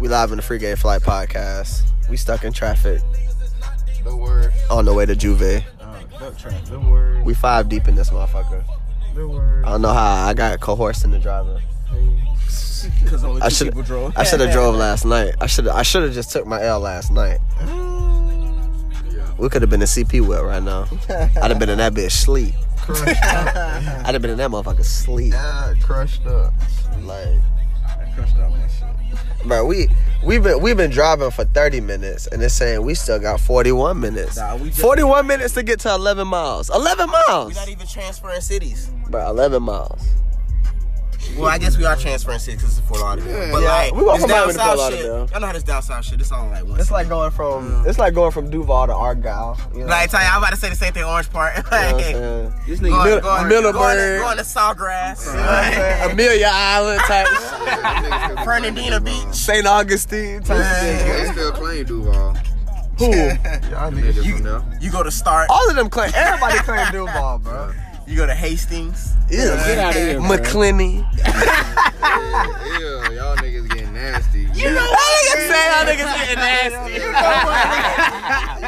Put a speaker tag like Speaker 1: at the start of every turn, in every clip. Speaker 1: We live in the Free Game Flight podcast. We stuck in traffic
Speaker 2: No worries.
Speaker 1: on the way to Juve.
Speaker 2: Uh, no trap. No worries.
Speaker 1: We five deep in this motherfucker.
Speaker 2: No worries.
Speaker 1: I don't know how I got coerced into driving.
Speaker 2: Because only
Speaker 1: I two should- people
Speaker 2: drove.
Speaker 1: I should have drove last night. I should I should have just took my L last night. We could have been in CP well right now. I'd have been in that bitch sleep.
Speaker 2: crushed up.
Speaker 1: I'd have been in that motherfucker sleep.
Speaker 2: Yeah, crushed up.
Speaker 1: Like,
Speaker 2: I crushed up my shit.
Speaker 1: bro, we we've been we've been driving for 30 minutes and it's saying we still got 41 minutes.
Speaker 3: Nah, we just-
Speaker 1: 41 minutes to get to 11 miles. 11
Speaker 3: We're
Speaker 1: miles.
Speaker 3: not even transferring cities.
Speaker 1: Bro, 11 miles.
Speaker 3: Well, I guess we are transferring cities because it's Fort Lauderdale. but
Speaker 1: Yeah,
Speaker 3: like,
Speaker 1: we gonna
Speaker 3: this
Speaker 1: come out
Speaker 3: down
Speaker 1: with the Fort
Speaker 3: south shit.
Speaker 1: Lauderdale.
Speaker 3: I know how this down south shit. It's all like one.
Speaker 1: It's
Speaker 3: city.
Speaker 1: like going from it's like going from Duval to Argyle. You know?
Speaker 3: like, I tell you, I'm about to say the same thing. Orange Park.
Speaker 1: You know what
Speaker 3: Like,
Speaker 1: I'm saying?
Speaker 2: This
Speaker 3: going,
Speaker 1: Mil-
Speaker 3: going,
Speaker 1: Middleburg.
Speaker 3: going to, going to Sawgrass.
Speaker 1: You know what I'm saying? Amelia Island type,
Speaker 2: nigga.
Speaker 3: Fernandina Beach.
Speaker 1: St. Augustine type. shit.
Speaker 2: They still claim Duval.
Speaker 1: Who?
Speaker 2: Y'all niggas from there.
Speaker 3: You go to Start.
Speaker 1: All of them claim. Everybody claim Duval, bro.
Speaker 3: You go to Hastings.
Speaker 1: Get
Speaker 2: outta here, bro.
Speaker 1: McClenny.
Speaker 2: Yeah, yeah, y'all niggas getting nasty.
Speaker 3: You know
Speaker 1: That
Speaker 3: what?
Speaker 1: nigga say y'all niggas getting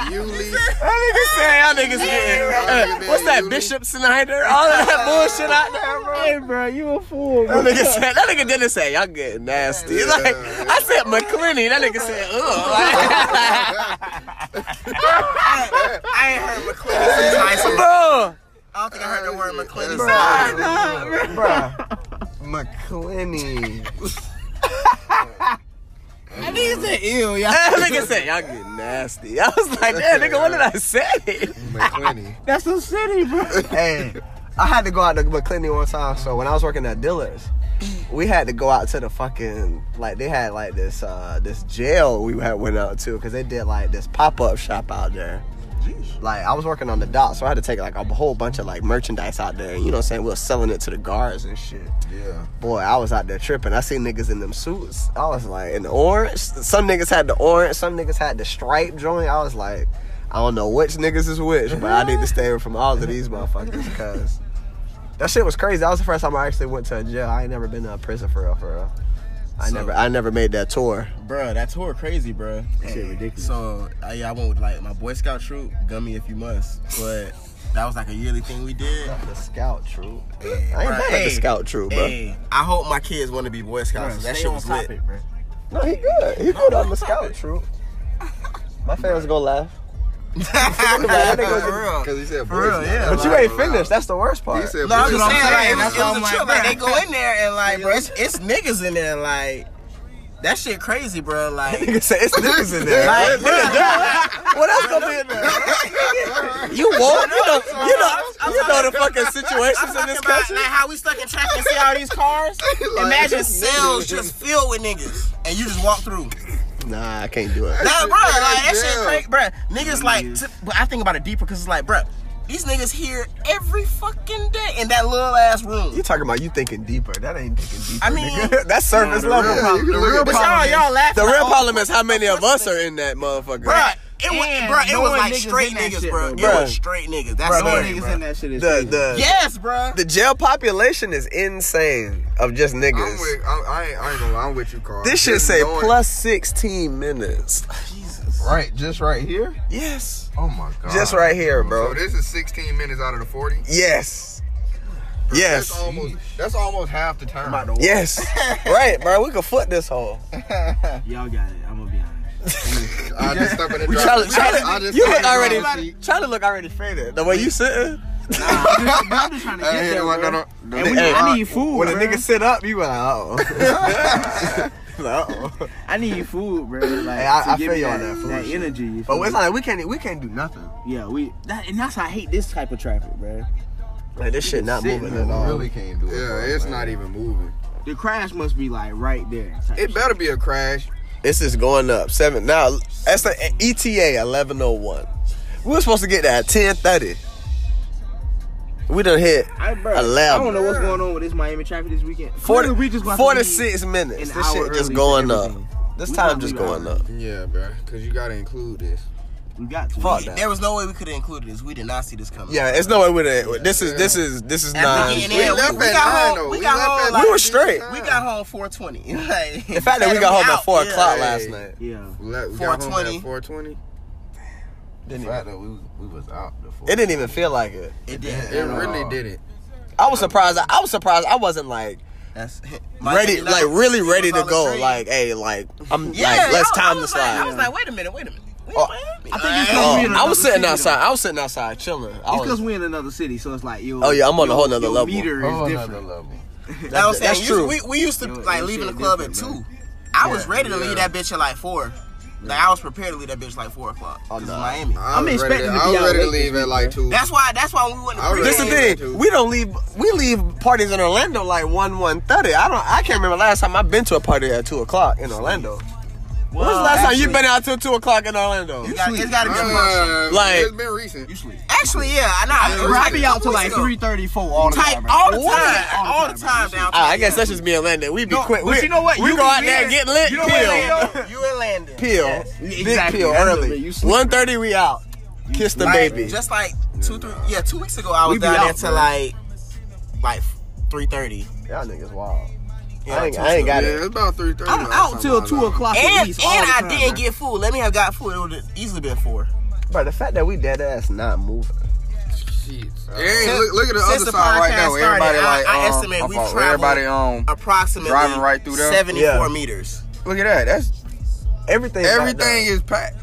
Speaker 1: nasty.
Speaker 2: Yulee.
Speaker 1: That nigga say y'all niggas getting. Uh, what's that, Bishop Snyder? All of that bullshit out there, bro. Hey, bro, you a fool. That nigga said. That nigga didn't say y'all getting nasty.
Speaker 2: Yeah.
Speaker 1: Like I said, McClenny. That nigga said, ugh.
Speaker 3: I ain't heard McClinton since high school.
Speaker 1: bro.
Speaker 3: I don't think I heard the word McClinton.
Speaker 2: Bro.
Speaker 3: since-
Speaker 1: McClenny.
Speaker 3: I think it's an ew, y'all.
Speaker 1: That nigga said y'all getting nasty. I was like, damn, nigga, when did I say?
Speaker 2: McClenny.
Speaker 1: That's the city, bro. Hey, I had to go out to McClendon one time. So when I was working at Dillard's, we had to go out to the fucking like they had like this uh this jail we had went out to because they did like this pop up shop out there. Like I was working on the dock, so I had to take like a whole bunch of like merchandise out there. You know what I'm saying? We were selling it to the guards and shit.
Speaker 2: Yeah.
Speaker 1: Boy, I was out there tripping. I seen niggas in them suits. I was like, in the orange. Some niggas had the orange. Some niggas had the stripe joint. I was like, I don't know which niggas is which, but I need to stay away from all of these motherfuckers because that shit was crazy. That was the first time I actually went to a jail. I ain't never been to a prison for real, for real. I
Speaker 3: So-
Speaker 1: never, I never made that tour.
Speaker 3: Bro, that tour crazy, bro. That
Speaker 2: shit ridiculous.
Speaker 3: So I, yeah, I went with like my Boy Scout troop, gummy if you must, but that was like a yearly thing we did.
Speaker 1: The scout troop. I
Speaker 3: Hey,
Speaker 1: ain't
Speaker 3: bro,
Speaker 1: mad at
Speaker 3: hey,
Speaker 1: the scout troop, bro.
Speaker 3: Hey, I hope my kids want to be Boy Scouts. that shit was lit.
Speaker 2: bro.
Speaker 1: No, he good. He good on the scout troop. My fans gonna laugh,
Speaker 3: For real.
Speaker 2: Because he said
Speaker 3: For
Speaker 2: boys
Speaker 3: real,
Speaker 2: not
Speaker 3: yeah.
Speaker 2: allowed.
Speaker 1: but you ain't finished. That's the worst part.
Speaker 2: He said
Speaker 3: No, I'm
Speaker 2: boys
Speaker 3: just
Speaker 2: not
Speaker 3: saying, like, it
Speaker 2: allowed.
Speaker 3: was, it was a trip. Like, they go in there and like, bro, it's, it's niggas in there. Like, that shit crazy, bro. Like,
Speaker 1: Nigga said it's niggas in there.
Speaker 3: Like,
Speaker 1: Nigga, yeah. what else gonna be in there? You won't. You know. You know. You know the fucking situations in
Speaker 3: talking
Speaker 1: this
Speaker 3: about,
Speaker 1: country.
Speaker 3: Like how we stuck in traffic and see all these cars.
Speaker 2: Like,
Speaker 3: Imagine
Speaker 2: niggas.
Speaker 3: cells just filled with niggas, and you just walk through.
Speaker 1: Nah, I can't do it.
Speaker 3: Nah, bro, like that shit
Speaker 2: Damn.
Speaker 3: crazy, bro. Niggas like, t- but I think about it deeper because it's like, bro, these niggas here every fucking day in that little ass room.
Speaker 1: You talking about you thinking deeper? That ain't thinking deeper.
Speaker 3: I mean-
Speaker 1: nigga. that's surface
Speaker 2: the
Speaker 1: level.
Speaker 2: real problem- the real
Speaker 3: But y'all, y'all laughing.
Speaker 1: The
Speaker 3: like,
Speaker 1: real
Speaker 3: oh,
Speaker 1: problem is how many of us are in that
Speaker 3: bro.
Speaker 1: mutherfucker.
Speaker 3: It was,
Speaker 4: And
Speaker 3: bro, it was
Speaker 4: knowing
Speaker 3: like
Speaker 4: niggas
Speaker 3: straight
Speaker 4: in that
Speaker 3: niggas,
Speaker 4: shit,
Speaker 3: bro.
Speaker 4: though.
Speaker 3: It
Speaker 1: Bruh.
Speaker 3: was straight niggas. That's
Speaker 4: Bro,
Speaker 3: bro,
Speaker 4: niggas
Speaker 3: bro.
Speaker 4: in that shit is
Speaker 1: The
Speaker 4: crazy.
Speaker 1: the
Speaker 3: Yes, bro.
Speaker 1: the jail population is insane of just
Speaker 2: I'm
Speaker 1: niggas.
Speaker 2: with, I'm, I, ain't, I ain't gonna lie, I'm with you, Carl.
Speaker 1: This shit
Speaker 2: Just
Speaker 1: say
Speaker 2: knowing-
Speaker 1: plus sixteen minutes.
Speaker 2: Right, just right here?
Speaker 1: Yes.
Speaker 2: Oh my god.
Speaker 1: Just right here, bro.
Speaker 2: So this is 16 minutes out of the 40?
Speaker 1: Yes. Yes.
Speaker 2: That's almost, that's almost half the time.
Speaker 1: Yes. right, bro. We could foot this hole.
Speaker 4: Y'all got it. I'm gonna be honest.
Speaker 2: I just stepped in the
Speaker 1: We
Speaker 2: drive-
Speaker 1: Charlie, Charlie,
Speaker 2: I just
Speaker 1: you
Speaker 2: stepped
Speaker 1: look
Speaker 2: in the
Speaker 1: already.
Speaker 2: driver's seat.
Speaker 1: Charlie look already faded. The way you sitting.
Speaker 4: I'm just trying to get
Speaker 2: Hey, no,
Speaker 4: there. bro.
Speaker 2: no, no, no.
Speaker 4: And we-
Speaker 1: Hey,
Speaker 4: I need food.
Speaker 1: When a
Speaker 4: bro.
Speaker 1: nigga sit up, you like, oh. uh-oh.
Speaker 4: I need food, bro. Like,
Speaker 1: Hey, I-
Speaker 4: to
Speaker 1: I
Speaker 4: give
Speaker 1: feel
Speaker 4: me
Speaker 1: you on
Speaker 4: that,
Speaker 1: that food shit.
Speaker 4: energy. You feel
Speaker 1: But it's
Speaker 4: me?
Speaker 1: like we can't we can't do nothing.
Speaker 4: yeah, we. That, and that's why I hate this type of traffic, bro.
Speaker 1: Like this shit not
Speaker 4: Sitting
Speaker 1: moving
Speaker 4: there,
Speaker 1: at all.
Speaker 5: really can't do it.
Speaker 2: Yeah,
Speaker 5: bro.
Speaker 2: it's
Speaker 5: Like,
Speaker 2: not even moving.
Speaker 4: The crash must be like right there. type
Speaker 2: It
Speaker 4: shit.
Speaker 2: better be a crash.
Speaker 1: This is going up seven now. That's the ETA eleven oh one. We were supposed to get that at ten thirty. We done hit
Speaker 4: I, bro, I
Speaker 1: eleven.
Speaker 4: don't know what's going on with this Miami traffic this weekend.
Speaker 1: Forty-
Speaker 4: Clearly, we just about to leave
Speaker 1: 46 minutes.
Speaker 4: an
Speaker 1: This
Speaker 4: hour
Speaker 1: shit
Speaker 4: early
Speaker 1: just
Speaker 4: for
Speaker 1: going up.
Speaker 4: everything.
Speaker 1: This
Speaker 4: We
Speaker 1: time
Speaker 4: about
Speaker 1: just
Speaker 4: to leave
Speaker 1: going
Speaker 4: an hour
Speaker 1: up.
Speaker 2: Yeah, bro. Because you gotta include this.
Speaker 4: We got to.
Speaker 1: Fuck
Speaker 4: Yeah.
Speaker 1: that.
Speaker 3: There was no way we could have included this. We did not see this coming.
Speaker 5: Yeah, it's no way with it. This is this is this is
Speaker 3: At the
Speaker 5: not.
Speaker 3: beginning,
Speaker 5: We
Speaker 3: yeah, we-
Speaker 2: left
Speaker 3: we
Speaker 2: at
Speaker 3: got
Speaker 2: nine,
Speaker 3: home-
Speaker 2: though.
Speaker 3: we got home
Speaker 2: left at
Speaker 3: like-
Speaker 2: nine.
Speaker 5: were straight.
Speaker 3: We got home 420. Like,
Speaker 1: The fact that we got home at four o'clock last night.
Speaker 4: Yeah.
Speaker 2: We left- we got home at
Speaker 3: 420.
Speaker 2: 420.
Speaker 1: Didn't
Speaker 2: Fact
Speaker 1: even,
Speaker 2: that we, we was out before.
Speaker 1: it didn't even feel like it.
Speaker 3: It
Speaker 2: It
Speaker 3: did.
Speaker 2: really didn't.
Speaker 1: I was surprised. I was surprised. I wasn't like
Speaker 3: That's
Speaker 5: Ready,
Speaker 3: My-
Speaker 5: like really ready to
Speaker 3: was on the
Speaker 5: go.
Speaker 3: train.
Speaker 5: Like, hey, like I'm.
Speaker 3: yeah,
Speaker 5: like, let's
Speaker 3: I- I
Speaker 5: time the
Speaker 3: was
Speaker 5: slide.
Speaker 3: Like, I was like, wait a minute, wait a minute. We
Speaker 1: Oh,
Speaker 3: in Miami.
Speaker 4: I think it's
Speaker 3: Like,
Speaker 4: because we in
Speaker 1: I
Speaker 4: another
Speaker 1: was sitting
Speaker 4: city,
Speaker 1: outside.
Speaker 4: though.
Speaker 1: I was sitting outside chilling. I
Speaker 4: It's because
Speaker 1: was,
Speaker 4: we in another city, so it's like you.
Speaker 5: Oh, yeah, I'm on a whole nother level.
Speaker 4: Meter is
Speaker 2: Whole nother
Speaker 4: different.
Speaker 2: level.
Speaker 3: That was
Speaker 1: That's
Speaker 3: saying,
Speaker 1: true.
Speaker 3: You, we, we used to
Speaker 4: Yo,
Speaker 3: like
Speaker 4: that
Speaker 3: leaving the
Speaker 4: shit
Speaker 3: club at two.
Speaker 4: different,
Speaker 3: I was ready to
Speaker 2: yeah.
Speaker 3: leave that bitch at like four. Like I was prepared to leave that bitch at like four o'clock.
Speaker 1: Oh,
Speaker 3: Cause it's
Speaker 1: nah.
Speaker 3: Miami.
Speaker 2: I was
Speaker 4: expecting
Speaker 2: ready
Speaker 4: to be
Speaker 2: I was
Speaker 4: out
Speaker 2: ready to
Speaker 4: late this
Speaker 2: leave at
Speaker 4: week,
Speaker 2: like
Speaker 4: man.
Speaker 2: two.
Speaker 3: That's why. That's why we went
Speaker 2: I
Speaker 3: to
Speaker 2: was
Speaker 1: This the
Speaker 2: ready.
Speaker 3: pre-
Speaker 2: too.
Speaker 1: thing. We don't leave. We leave parties in Orlando like one one thirty. I don't. I can't remember last time I've been to a party at two o'clock in Orlando. When's the last time you've been out till two o'clock in Orlando?
Speaker 3: You got- It's got to be a function.
Speaker 2: Uh,
Speaker 5: Like-
Speaker 2: it's been recent.
Speaker 3: Actually, yeah, I know.
Speaker 4: Bro, I be out till like
Speaker 3: three,
Speaker 4: three thirty, four all the
Speaker 3: type
Speaker 4: time. bro.
Speaker 3: all the
Speaker 4: What?
Speaker 3: time, all the
Speaker 4: bro.
Speaker 3: time down.
Speaker 5: Ah, I guess that's just me and Landon. We be
Speaker 4: No,
Speaker 5: quick.
Speaker 4: but
Speaker 5: we,
Speaker 4: you know what?
Speaker 5: We
Speaker 4: You
Speaker 5: go
Speaker 4: be
Speaker 5: out there
Speaker 4: there.
Speaker 5: and get lit.
Speaker 4: You know what,
Speaker 5: peel,
Speaker 4: Lando?
Speaker 3: You and Landon.
Speaker 5: peel,
Speaker 3: Yes.
Speaker 5: big
Speaker 4: Exactly.
Speaker 5: peel
Speaker 4: That's what
Speaker 5: early.
Speaker 4: you sleep.
Speaker 5: One thirty, we out. Kiss the
Speaker 3: Like,
Speaker 5: baby.
Speaker 3: Just like two, three, yeah, two weeks ago, I was
Speaker 4: We be
Speaker 3: down there
Speaker 4: out,
Speaker 3: till
Speaker 4: bro.
Speaker 3: like, like three thirty.
Speaker 1: Y'all niggas wild.
Speaker 3: Yeah,
Speaker 1: I ain't, I ain't
Speaker 2: Yeah,
Speaker 1: got
Speaker 2: it's
Speaker 1: it.
Speaker 2: about three thirty.
Speaker 4: I'm out till two o'clock at
Speaker 3: And and
Speaker 4: least. all the
Speaker 3: I
Speaker 4: time,
Speaker 3: didn't
Speaker 4: bro.
Speaker 3: get food. Let me have got food. It would have easily been four.
Speaker 1: But the fact that we dead ass not moving.
Speaker 2: Hey, look, look at the
Speaker 3: Since
Speaker 2: other
Speaker 3: the
Speaker 2: side right
Speaker 3: podcast
Speaker 2: now.
Speaker 3: started,
Speaker 2: Everybody
Speaker 3: I-
Speaker 2: like,
Speaker 3: I
Speaker 2: um,
Speaker 3: estimate
Speaker 2: my
Speaker 3: we've
Speaker 2: fault.
Speaker 3: traveled-
Speaker 2: everybody um.
Speaker 3: Approximately
Speaker 2: Driving right through there?
Speaker 3: Seventy-four
Speaker 1: Yeah.
Speaker 3: meters.
Speaker 2: Look at that. That's
Speaker 1: Everything.
Speaker 2: everything is packed.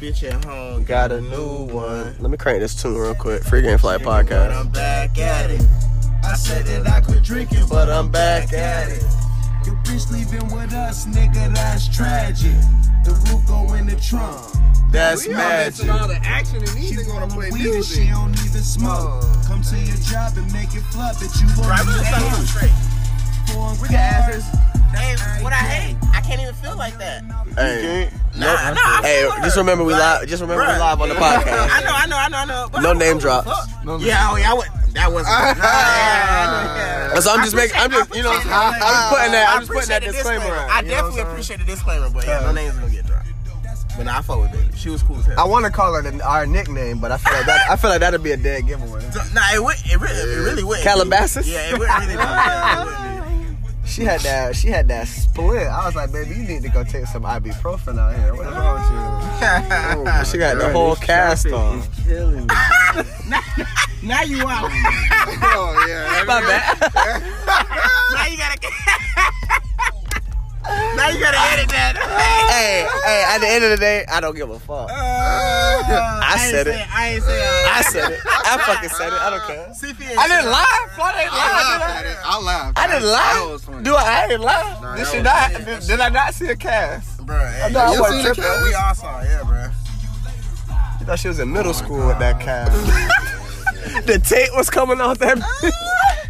Speaker 3: Bitch at home
Speaker 1: Got a new one. Let me crank this tune real quick. Free Game Flight
Speaker 3: But
Speaker 1: Podcast.
Speaker 3: I'm back at it. I said that I quit drinking, but I'm back at it.
Speaker 6: Your bitch leaving with us, nigga, that's tragic. The root go in the trunk.
Speaker 5: That's
Speaker 2: We all missing
Speaker 5: magic.
Speaker 2: all the action and these
Speaker 6: She
Speaker 2: niggas
Speaker 6: want
Speaker 2: wanna
Speaker 6: the
Speaker 2: play
Speaker 6: weed and
Speaker 2: music.
Speaker 6: she don't even smoke. Come to your job and make it flop that you want
Speaker 3: I'm just not even
Speaker 6: to
Speaker 3: straight.
Speaker 6: We got asses.
Speaker 3: Hey, what I hate, I can't even feel like that.
Speaker 5: Hey,
Speaker 3: Nah, nah. I
Speaker 5: hey,
Speaker 3: feel her.
Speaker 5: just remember we
Speaker 3: Like,
Speaker 5: live. Just remember we
Speaker 3: bruh.
Speaker 5: live on the podcast.
Speaker 3: I know, I know, I know, I know. but
Speaker 5: No
Speaker 3: I don't
Speaker 5: name
Speaker 3: give a
Speaker 5: drops.
Speaker 3: fuck. yeah, oh yeah, I went, that wasn't.
Speaker 5: And So I'm just making. I'm just you know. I'm just putting that. I'm just putting that disclaimer. out,
Speaker 3: I
Speaker 5: you know what I'm
Speaker 3: definitely
Speaker 5: saying?
Speaker 3: appreciate the disclaimer, but yeah, no names gonna get dropped. But nah, I fuck with baby. She was cool as hell.
Speaker 1: I want to call her the, our nickname, but I feel like that. I feel like that'd be a dead giveaway.
Speaker 3: Nah, it, would, it, really, it really would.
Speaker 5: Calabasas?
Speaker 3: Yeah, it would really would.
Speaker 1: She had that. She had that split. I was like, baby, you need to go take some ibuprofen out here. What's wrong with you?
Speaker 5: Ah, She got the
Speaker 2: Right,
Speaker 5: whole
Speaker 2: it's
Speaker 5: cast on.
Speaker 4: It's killing me.
Speaker 3: Now you out.
Speaker 2: Oh yeah.
Speaker 5: My bad.
Speaker 3: now you gotta. now you gotta edit that.
Speaker 5: hey, hey. At the end of the day, I don't give a fuck.
Speaker 1: Uh.
Speaker 5: I
Speaker 3: ain't
Speaker 5: said
Speaker 3: say-
Speaker 5: it.
Speaker 3: I ain't say.
Speaker 5: I said it. I fucking said it. I don't care.
Speaker 3: See if
Speaker 5: I didn't lie. Fuck, I didn't
Speaker 2: I
Speaker 5: lie.
Speaker 2: laughed at
Speaker 5: Did
Speaker 2: it.
Speaker 5: I?
Speaker 2: I laughed.
Speaker 5: I didn't
Speaker 2: That was
Speaker 5: lie.
Speaker 2: funny.
Speaker 5: Do I? I didn't lie.
Speaker 2: Nah,
Speaker 5: did
Speaker 2: that
Speaker 5: she
Speaker 2: was-
Speaker 5: not?
Speaker 3: yeah,
Speaker 5: Did,
Speaker 3: that's-
Speaker 5: did I not see a cast?
Speaker 3: Bruh, hey,
Speaker 1: No, I
Speaker 2: You
Speaker 1: wasn't
Speaker 2: seen the
Speaker 1: tripping.
Speaker 2: cast?
Speaker 3: we all saw, it, yeah, bruh.
Speaker 1: I thought she was in middle school with that cast.
Speaker 5: The tape was coming off that.
Speaker 2: Ah.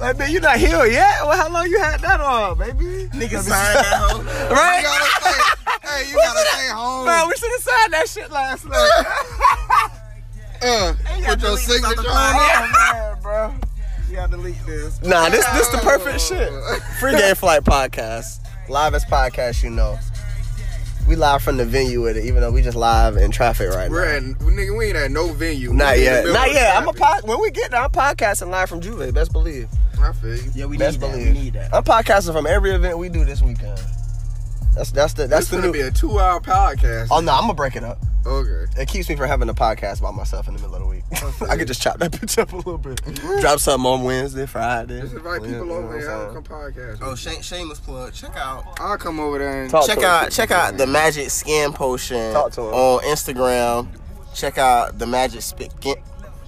Speaker 1: like, man, you not healed yet? Well, how long you had that on, baby?
Speaker 3: Nigga signed that hoe.
Speaker 2: You
Speaker 5: right?
Speaker 2: gotta stay. Hey, you gotta stay home.
Speaker 5: Man, we should have signed that shit last night.
Speaker 2: Uh, put your signature on it.
Speaker 1: man, bro. You gotta delete this.
Speaker 5: Nah, this this the perfect shit. Free Game Flight Podcast.
Speaker 1: Live as podcast, you know. We live from the venue with it, even though we just live in traffic right
Speaker 2: We're
Speaker 1: now.
Speaker 2: at nigga. We ain't at no venue.
Speaker 1: Not
Speaker 2: We in the
Speaker 1: yet.
Speaker 2: middle
Speaker 1: Not
Speaker 2: of
Speaker 1: yet. I'm a
Speaker 2: traffic.
Speaker 1: pod- when we get there, I'm podcasting live from Juve, best believe.
Speaker 2: I feel you.
Speaker 3: Yeah, we
Speaker 1: Best
Speaker 3: need that.
Speaker 1: believe.
Speaker 3: We need that.
Speaker 1: I'm podcasting from every event we do this weekend. That's that's the that's
Speaker 2: That's
Speaker 1: the
Speaker 2: gonna
Speaker 1: new.
Speaker 2: be a two-hour podcast.
Speaker 1: oh no, I'm gonna break it up.
Speaker 2: Okay.
Speaker 1: It keeps me from having a podcast by myself in the middle of the week.
Speaker 3: Oh,
Speaker 5: I could just chop that bitch up a little bit.
Speaker 3: Mm-hmm.
Speaker 5: Drop something on Wednesday, Friday.
Speaker 2: Just invite
Speaker 1: Yeah, you
Speaker 2: people
Speaker 1: know
Speaker 2: over
Speaker 1: what I'm
Speaker 2: and have
Speaker 1: saying.
Speaker 2: them come
Speaker 3: Oh,
Speaker 2: podcast.
Speaker 3: shame, shameless plug. Check out,
Speaker 2: I'll come over there and
Speaker 1: Talk
Speaker 3: check
Speaker 1: to
Speaker 3: out,
Speaker 1: us.
Speaker 3: check out the Magic Skin Potion
Speaker 1: Talk to him.
Speaker 3: on Instagram. Check out the Magic Spit.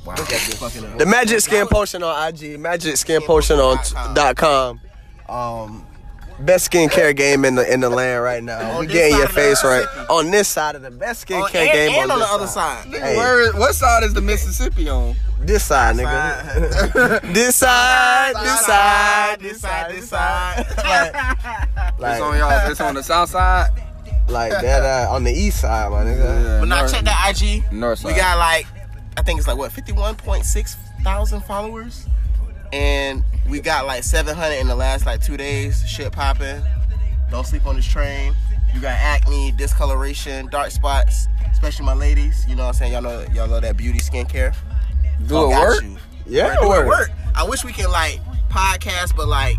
Speaker 3: Wow, that's fucking up.
Speaker 5: The Magic Skin Potion on IG, Magic Skin Potion on t- dot com.
Speaker 1: Um, best skincare game in the in the land right now.
Speaker 3: On
Speaker 1: we
Speaker 3: this
Speaker 1: getting
Speaker 3: side
Speaker 1: your
Speaker 3: of the
Speaker 1: face right
Speaker 3: Mississippi.
Speaker 1: on this side of the best skincare
Speaker 3: On, Oh, and,
Speaker 1: game
Speaker 3: and on the
Speaker 1: this
Speaker 3: other side.
Speaker 1: Hey.
Speaker 2: Where is what side is the Mississippi on?
Speaker 1: This side, nigga. this side, this side, this side, this side.
Speaker 2: It's
Speaker 1: like,
Speaker 2: on
Speaker 1: like,
Speaker 2: y'all. It's on the south side.
Speaker 1: like that uh, on the east side, my nigga.
Speaker 3: But now check that IG.
Speaker 2: North side.
Speaker 3: We got like, I think it's like what, 51.6 thousand followers? And we got like 700 in the last like two days. Shit popping. Don't sleep on this train. You got acne, discoloration, dark spots, especially my ladies. You know what I'm saying? Y'all know y'all love that beauty skincare.
Speaker 1: Do
Speaker 3: Oh,
Speaker 1: it
Speaker 3: got
Speaker 1: work?
Speaker 3: you.
Speaker 1: Yeah,
Speaker 3: do
Speaker 1: it work.
Speaker 3: it work. I wish we could like podcast, but like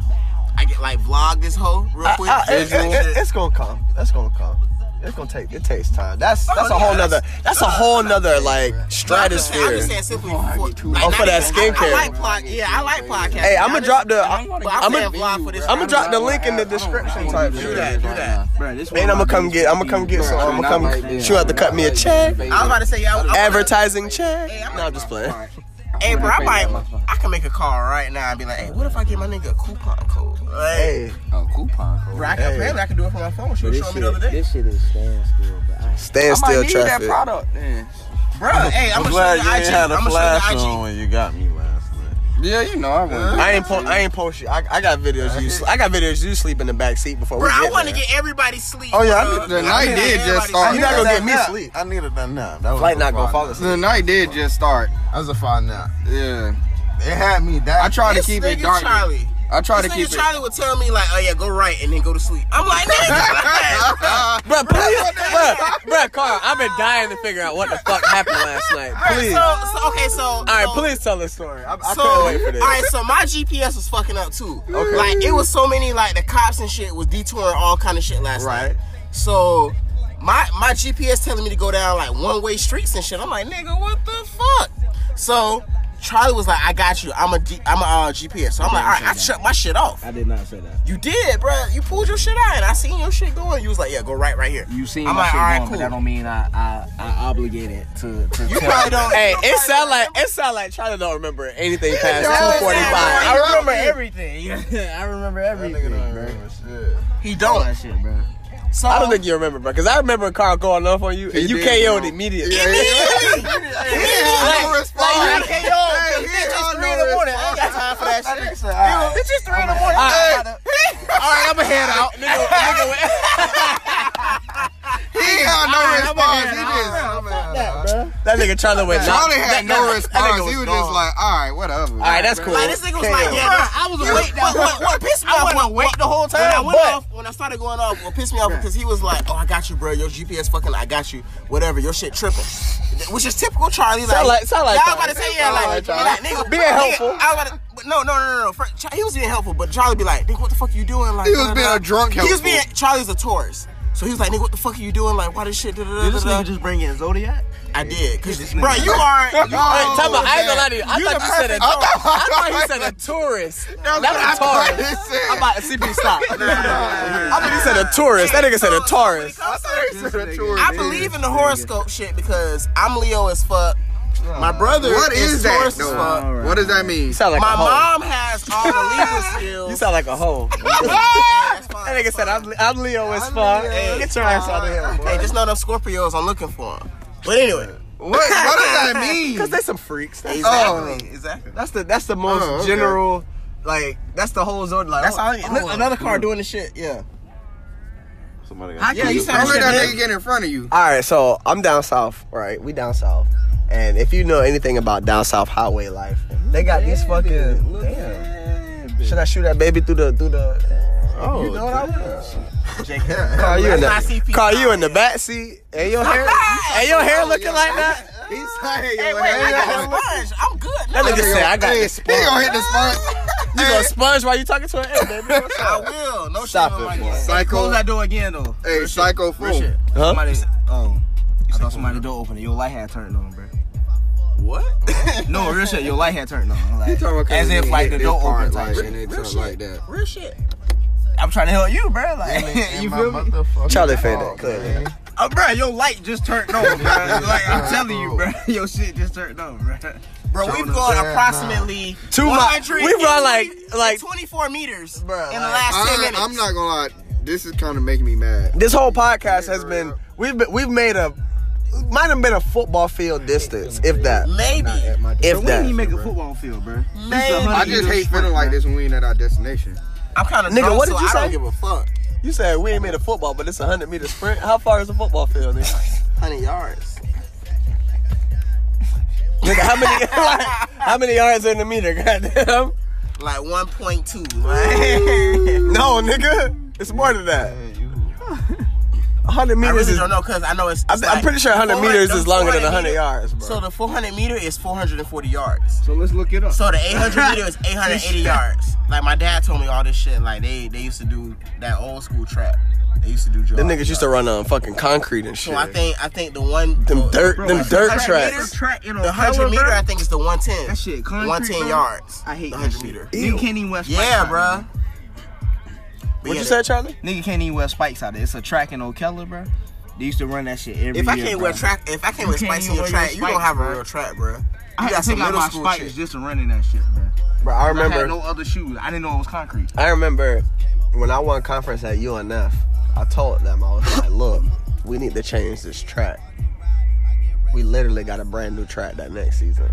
Speaker 3: I get like vlog this whole real quick.
Speaker 7: I- I- it-
Speaker 1: eh,
Speaker 3: Visual
Speaker 7: it-
Speaker 3: shit.
Speaker 7: it's gonna come. It's gonna come. It's gonna take. It takes time. That's that's
Speaker 3: Oh,
Speaker 7: a whole
Speaker 3: yeah,
Speaker 7: nother. That's a whole nother like
Speaker 3: But I'm just saying- I'm
Speaker 1: Stratosphere.
Speaker 3: just saying simply for, like,
Speaker 1: Oh,
Speaker 3: not
Speaker 1: for that
Speaker 3: even- I, I
Speaker 1: skincare.
Speaker 3: like pod, yeah, I like podcasting.
Speaker 1: Hey, I'ma
Speaker 3: Not
Speaker 1: drop
Speaker 3: just-
Speaker 1: the- I-
Speaker 3: but
Speaker 1: I'ma-
Speaker 3: I'm saying vlog for this.
Speaker 1: I'ma drop the link in the
Speaker 2: I don't- I don't
Speaker 1: description
Speaker 2: wanna
Speaker 1: type
Speaker 2: do
Speaker 1: shit.
Speaker 2: that,
Speaker 3: Do
Speaker 2: right
Speaker 3: that.
Speaker 2: now.
Speaker 8: Bro, this
Speaker 1: And I'ma come get. I'ma come get some.
Speaker 2: Bro,
Speaker 1: I'ma
Speaker 2: not
Speaker 1: come.
Speaker 2: like this.
Speaker 1: She'll have to cut me a
Speaker 2: Not like
Speaker 1: check.
Speaker 2: this.
Speaker 3: I was about to say, yeah. I- I-
Speaker 1: Advertising check.
Speaker 3: Hey, I'm
Speaker 1: No, I'm just playing.
Speaker 3: Hey, bro, I
Speaker 2: Pay that
Speaker 3: might. I can make a call right now and be like, hey, what if I get my nigga a coupon code? Like,
Speaker 7: Hey,
Speaker 2: Oh, coupon code.
Speaker 3: Bro, I can, apparently I can do it from my phone. She was showing me the other day.
Speaker 2: shit is standstill, but I
Speaker 1: Standstill traffic.
Speaker 2: product. Then.
Speaker 3: Bro, hey, I'm, gonna show you the IG. I'm gonna show you the IG.
Speaker 9: when you got me last night.
Speaker 2: Yeah, you know I wouldn't.
Speaker 1: I ain't po- I ain't post shit. I, I got videos. You sl- I got videos. You sleep in the back seat before
Speaker 3: Bro,
Speaker 1: we
Speaker 3: I
Speaker 1: get
Speaker 3: want to
Speaker 1: there.
Speaker 3: get everybody sleep.
Speaker 2: Oh, yeah, I
Speaker 3: bro.
Speaker 2: need- the night
Speaker 3: need
Speaker 2: did just
Speaker 3: everybody
Speaker 1: You
Speaker 2: start.
Speaker 3: sleep.
Speaker 1: not gonna get me
Speaker 9: Nap.
Speaker 1: sleep.
Speaker 9: I needed a nap. That was
Speaker 1: Flight
Speaker 9: a
Speaker 1: not gonna
Speaker 9: fun
Speaker 1: fall
Speaker 9: nap.
Speaker 1: asleep.
Speaker 2: The night did just start.
Speaker 9: That was a fun nap.
Speaker 2: Yeah,
Speaker 9: It had me that.
Speaker 2: I tried to
Speaker 3: This
Speaker 2: keep it
Speaker 3: nigga
Speaker 2: dark.
Speaker 3: Charlie.
Speaker 2: I tried to
Speaker 3: This
Speaker 2: keep
Speaker 3: nigga
Speaker 2: it.
Speaker 3: Charlie would tell me like, oh yeah, go right and then go to sleep. I'm like, nigga,
Speaker 1: Bruh, please, bruh, bruh, Carl, I've been dying to figure out what the fuck happened last night. Please. All
Speaker 3: So, so okay, so all
Speaker 1: right,
Speaker 3: so,
Speaker 1: please tell the story. I, I
Speaker 3: So,
Speaker 1: couldn't wait for this.
Speaker 3: all right, so my GPS was fucking up too. Okay. Like it was so many like the cops and shit was detouring all kind of shit last
Speaker 1: Right.
Speaker 3: night. So my my GPS telling me to go down like one way streets and shit. I'm like, nigga, what the fuck? So Charlie was like, I got you. I'm a D- I'm a uh, GPS. So I'm like, all right, I shut my shit off.
Speaker 8: I did not say that.
Speaker 3: You did, bro. You pulled your shit out, and I seen your shit going. You was like, yeah, go right, right here.
Speaker 8: You seen
Speaker 3: I'm
Speaker 8: my
Speaker 3: like,
Speaker 8: shit
Speaker 3: all right,
Speaker 8: going,
Speaker 3: cool.
Speaker 8: but that don't mean I I, I obligated to to
Speaker 3: You probably don't.
Speaker 1: Hey, it sound like it sound like Charlie don't remember anything past
Speaker 3: yeah,
Speaker 1: two forty
Speaker 3: yeah.
Speaker 1: five.
Speaker 8: I remember everything. I remember everything. bro.
Speaker 3: he
Speaker 8: All
Speaker 3: don't.
Speaker 8: that shit, bro.
Speaker 3: So
Speaker 1: I don't think you remember, bro, because I remember Carl going off on you and you KO'd
Speaker 2: did, bro.
Speaker 1: immediately.
Speaker 2: Yeah,
Speaker 3: immediately.
Speaker 2: I don't respond.
Speaker 3: Hey, yo, bitch,
Speaker 2: Hey,
Speaker 3: it's
Speaker 2: y'all
Speaker 3: three in
Speaker 2: know
Speaker 3: the morning.
Speaker 2: this.
Speaker 3: I ain't got time for that shit. Bitch, it's three in the
Speaker 1: All
Speaker 3: morning.
Speaker 1: right,
Speaker 2: right, I'ma head out.
Speaker 1: nigga, nigga, wait.
Speaker 2: He had no response. He just.
Speaker 1: that nigga Charlie went.
Speaker 2: Charlie had
Speaker 1: that- that- that
Speaker 2: no
Speaker 1: nigga
Speaker 2: response. He was just
Speaker 1: gone.
Speaker 2: like, all right, whatever.
Speaker 1: all right, that's cool.
Speaker 3: Like, this nigga was like, yeah, bro, I was awake. What, what, what pissed me
Speaker 1: I
Speaker 3: off
Speaker 1: wasn't
Speaker 3: when,
Speaker 1: awake the whole
Speaker 3: when I
Speaker 1: time,
Speaker 3: went
Speaker 1: but-
Speaker 3: off, when I started going off, what pissed me off because he was like, oh, I got you, bro. Your GPS fucking, I got you. Whatever, your shit tripping. Which is typical Charlie. Like,
Speaker 1: Sound like- sound like
Speaker 3: yeah, I was about to
Speaker 1: Charlie.
Speaker 3: say, yeah,
Speaker 2: Sound
Speaker 3: like,
Speaker 2: like
Speaker 3: like, nigga.
Speaker 1: Being
Speaker 3: nigga,
Speaker 1: helpful.
Speaker 3: I was about to, but no, no, no, no, no. First, Ch- he was being helpful, but Charlie be like, nigga, what the fuck you doing? Like,
Speaker 2: He was
Speaker 3: da-da-da.
Speaker 2: being a drunk
Speaker 3: He was
Speaker 2: helpful.
Speaker 3: being, Charlie's a Taurus. So he was like, nigga, what the fuck are you doing? Like, why this shit? da-da-da-da-da?"
Speaker 8: Did this nigga just bring in Zodiac?
Speaker 3: I did. Cause, bro, you are. You
Speaker 2: Oh,
Speaker 1: Hey, talk about, I ain't gonna lie to you. I
Speaker 3: You
Speaker 1: thought
Speaker 3: the
Speaker 1: you said a
Speaker 3: perfect
Speaker 1: tourist. I thought you said a tourist. That
Speaker 2: what I
Speaker 1: was a
Speaker 2: thought
Speaker 1: tourist.
Speaker 2: he said.
Speaker 1: I'm about to see me stop. I thought you said a tourist. That nigga said a tourist.
Speaker 3: I
Speaker 2: He said a tourist.
Speaker 3: I believe in the horoscope shit because I'm Leo as fuck. My brother
Speaker 2: What is that?
Speaker 3: Taurus as
Speaker 2: though?
Speaker 3: fuck.
Speaker 2: What does that mean?
Speaker 1: You sound like
Speaker 3: My
Speaker 1: a hoe.
Speaker 3: mom has all the Libra skills.
Speaker 1: You sound like a hoe.
Speaker 3: That's fine,
Speaker 1: That nigga
Speaker 3: that's
Speaker 1: said,
Speaker 3: fine.
Speaker 1: I'm, I'm Leo as fuck.
Speaker 3: Leo as
Speaker 1: Get your ass out of here, boy.
Speaker 3: Hey, just know them Scorpios. I'm looking for them. But anyway,
Speaker 2: What, what does that mean?
Speaker 1: Because they some freaks. That's,
Speaker 3: exactly, Oh, exactly.
Speaker 1: that's the that's the most
Speaker 2: Oh, okay.
Speaker 1: general, like, that's the whole zone. Like,
Speaker 3: That's
Speaker 1: oh,
Speaker 3: all. look, another car doing the shit. Yeah.
Speaker 9: Somebody got
Speaker 3: Yeah, you
Speaker 2: Don't
Speaker 3: sound
Speaker 2: let
Speaker 3: shit,
Speaker 2: that
Speaker 3: man.
Speaker 2: nigga get in front of you.
Speaker 7: All right, so I'm down south, right? We down south, and if you know anything about down south highway life, they got these fucking. Damn. Should I shoot that baby through the through the? Oh, you know what I would. Carl, you in
Speaker 3: That's
Speaker 7: the
Speaker 3: not CP.
Speaker 7: Carl, you in the back seat, and your hair, and your hair looking like that.
Speaker 2: He's like, hey,
Speaker 3: Hey, wait, I got the sponge. I'm good.
Speaker 1: That nigga
Speaker 3: No,
Speaker 1: said, I got
Speaker 2: He
Speaker 1: this.
Speaker 2: gonna hit the sponge.
Speaker 1: You gonna sponge while you talking to her? Hey, baby.
Speaker 3: I will. No
Speaker 7: Stop it,
Speaker 3: shit. on my-
Speaker 7: boy.
Speaker 8: Close
Speaker 2: Psycho.
Speaker 8: that door again though.
Speaker 2: Hey, psycho fool.
Speaker 8: Shit.
Speaker 7: Huh?
Speaker 8: Somebody, oh, I thought somebody door opened. Your light had turned on, bro. What? no, real shit. Your light had turned on. Like, as if like the door opened. Type shit.
Speaker 2: like that.
Speaker 3: Real shit.
Speaker 8: I'm trying to help you, bro. Like, you feel me?
Speaker 7: Charlie fed that clearly.
Speaker 8: Uh, bro, your light just turned on, bro. like, I'm telling you, bro. Your shit just turned on, bro.
Speaker 3: Bro, we've gone approximately
Speaker 1: Two mi-
Speaker 3: 100
Speaker 1: we've gone like- like-
Speaker 3: 24 meters
Speaker 7: Bruh,
Speaker 3: in the
Speaker 7: like-
Speaker 3: last 10
Speaker 2: I,
Speaker 3: minutes.
Speaker 2: I'm not gonna lie. This is kind of making me mad.
Speaker 7: This whole podcast has been we've been, we've made a might have been a football field distance, if that,
Speaker 3: Maybe.
Speaker 7: if
Speaker 8: We didn't even
Speaker 7: that.
Speaker 8: make a football field, bro.
Speaker 3: Maybe.
Speaker 2: I just hate feeling like this when we ain't at our destination.
Speaker 3: I'm kind of
Speaker 7: Nigga,
Speaker 3: drunk,
Speaker 7: what did
Speaker 3: so
Speaker 7: you
Speaker 3: I
Speaker 7: say?
Speaker 3: don't give a fuck.
Speaker 7: You said we ain't made a football, but it's a hundred meter sprint. How far is a football field? Nigga?
Speaker 3: 100 yards.
Speaker 1: Nigga, how many like, how many yards in the meter? Goddamn.
Speaker 3: Like 1.2. Right?
Speaker 1: No, nigga, it's more than that. 100
Speaker 3: I
Speaker 1: meters
Speaker 3: really
Speaker 1: is.
Speaker 3: don't know because I know it's.
Speaker 1: I'm,
Speaker 3: it's
Speaker 1: I'm
Speaker 3: like-
Speaker 1: pretty sure 100
Speaker 3: 400
Speaker 1: meters
Speaker 3: the
Speaker 1: is longer than 100
Speaker 3: meter-
Speaker 1: yards, bro.
Speaker 3: So the 400 meter is 440 yards.
Speaker 10: So let's look it up.
Speaker 3: So the 800 meter is 880 yards. Like my dad told me all this shit. Like they they used to do that old school trap. They used to do.
Speaker 1: Them niggas used to run on fucking concrete and
Speaker 3: So
Speaker 1: shit.
Speaker 3: I think I think the one
Speaker 1: them
Speaker 3: the,
Speaker 1: dirt,
Speaker 10: Bro,
Speaker 1: them
Speaker 10: like,
Speaker 1: dirt
Speaker 10: 100
Speaker 1: tracks.
Speaker 10: meters track in
Speaker 3: The 100
Speaker 10: Ocala,
Speaker 3: meter
Speaker 10: bro?
Speaker 3: I think is the 110.
Speaker 4: That shit concrete,
Speaker 3: 110
Speaker 4: bro.
Speaker 3: yards.
Speaker 4: I hate
Speaker 3: the 100
Speaker 4: that shit.
Speaker 3: meter.
Speaker 1: Ew.
Speaker 4: Nigga can't even wear spikes.
Speaker 3: Yeah,
Speaker 4: out
Speaker 3: bro.
Speaker 1: What you said, Charlie?
Speaker 4: there. Nigga can't even wear spikes out there. It's a track in Ocala, bro. They used to run that shit every
Speaker 3: If I
Speaker 4: year,
Speaker 3: can't
Speaker 4: bro.
Speaker 3: wear track, if I can't
Speaker 4: You
Speaker 3: wear
Speaker 4: can't
Speaker 3: spikes in
Speaker 4: even
Speaker 3: your
Speaker 4: wear your
Speaker 3: track, you don't
Speaker 4: spikes,
Speaker 3: have a
Speaker 4: bro.
Speaker 3: real track, bro.
Speaker 4: I
Speaker 3: You got
Speaker 4: had to
Speaker 3: some
Speaker 4: take out
Speaker 3: middle
Speaker 4: my
Speaker 3: school
Speaker 4: spikes
Speaker 3: shit.
Speaker 4: just to running that shit, bro.
Speaker 1: Bro, I
Speaker 4: I
Speaker 1: remember.
Speaker 4: had no other shoes. I didn't know it was concrete.
Speaker 1: I remember when I won conference at UNF, I told them, I was like, look, we need to change this track. We literally got a brand new track that next season.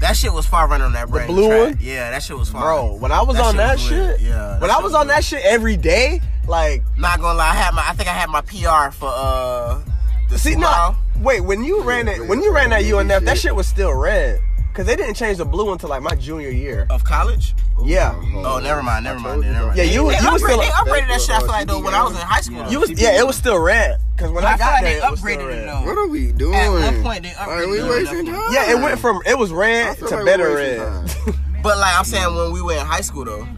Speaker 3: That shit was far running on that brand. new
Speaker 1: blue
Speaker 3: track.
Speaker 1: one?
Speaker 3: Yeah, that shit was far.
Speaker 1: Bro, when I was on that
Speaker 3: was
Speaker 1: shit,
Speaker 3: lit. yeah.
Speaker 1: when I was on that shit every day, like,
Speaker 3: Not gonna lie, I had my. I think I had my PR for uh. The
Speaker 1: see, no,
Speaker 3: Subaru.
Speaker 1: wait, when you ran it, when you ran that UNF, that shit was still red. Cause they didn't change the blue until like my junior year.
Speaker 3: of college.
Speaker 1: Yeah,
Speaker 3: Oh, never mind, never mind, then, never mind.
Speaker 1: yeah, you
Speaker 3: They
Speaker 1: you was still
Speaker 3: upgraded- they upgraded that shit. I feel like though when I was in high school.
Speaker 1: you was yeah, it was still red. Cause when I,
Speaker 4: I feel
Speaker 1: got
Speaker 4: like
Speaker 1: there,
Speaker 4: they
Speaker 1: it was still
Speaker 4: upgraded it
Speaker 1: red.
Speaker 4: though.
Speaker 2: What are we doing?
Speaker 4: At one point, they
Speaker 2: Are we
Speaker 4: upgraded
Speaker 2: wasting
Speaker 4: it.
Speaker 2: time?
Speaker 1: Yeah, it went from it was red
Speaker 2: feel
Speaker 1: to
Speaker 2: like
Speaker 1: better
Speaker 2: we're
Speaker 1: red.
Speaker 2: wasting
Speaker 3: But like I'm saying, when we were in high school though,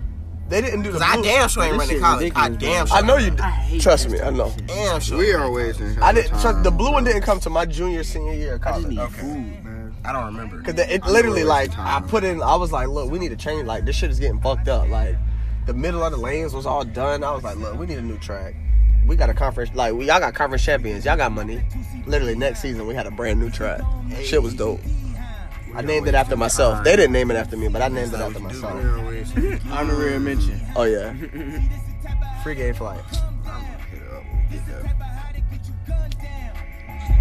Speaker 1: They didn't do the.
Speaker 3: because I
Speaker 1: blue.
Speaker 3: damn sure ain't running college. I damn sure.
Speaker 1: I know you. Did. Trust me, I know.
Speaker 3: Damn sure.
Speaker 2: We are wasting.
Speaker 1: I didn't. Trust, the
Speaker 2: time,
Speaker 1: blue one
Speaker 2: bro.
Speaker 1: didn't come to my junior senior year of college. Uh,
Speaker 4: Food, man.
Speaker 3: I don't remember.
Speaker 1: Cause the- it literally
Speaker 2: wasting
Speaker 1: like
Speaker 2: time.
Speaker 1: I put in. I was like, look, we need to change. Like this shit is getting fucked up. Like the middle of the lanes was all done. I was like, look, we need a new track. We got a conference. Like we y'all got conference champions. Y'all got money. Literally next season we had a brand new track. Shit was dope. I named it after myself. They didn't name it after me, but I named it after myself.
Speaker 10: Honorary mention.
Speaker 1: Oh yeah. Free game for life.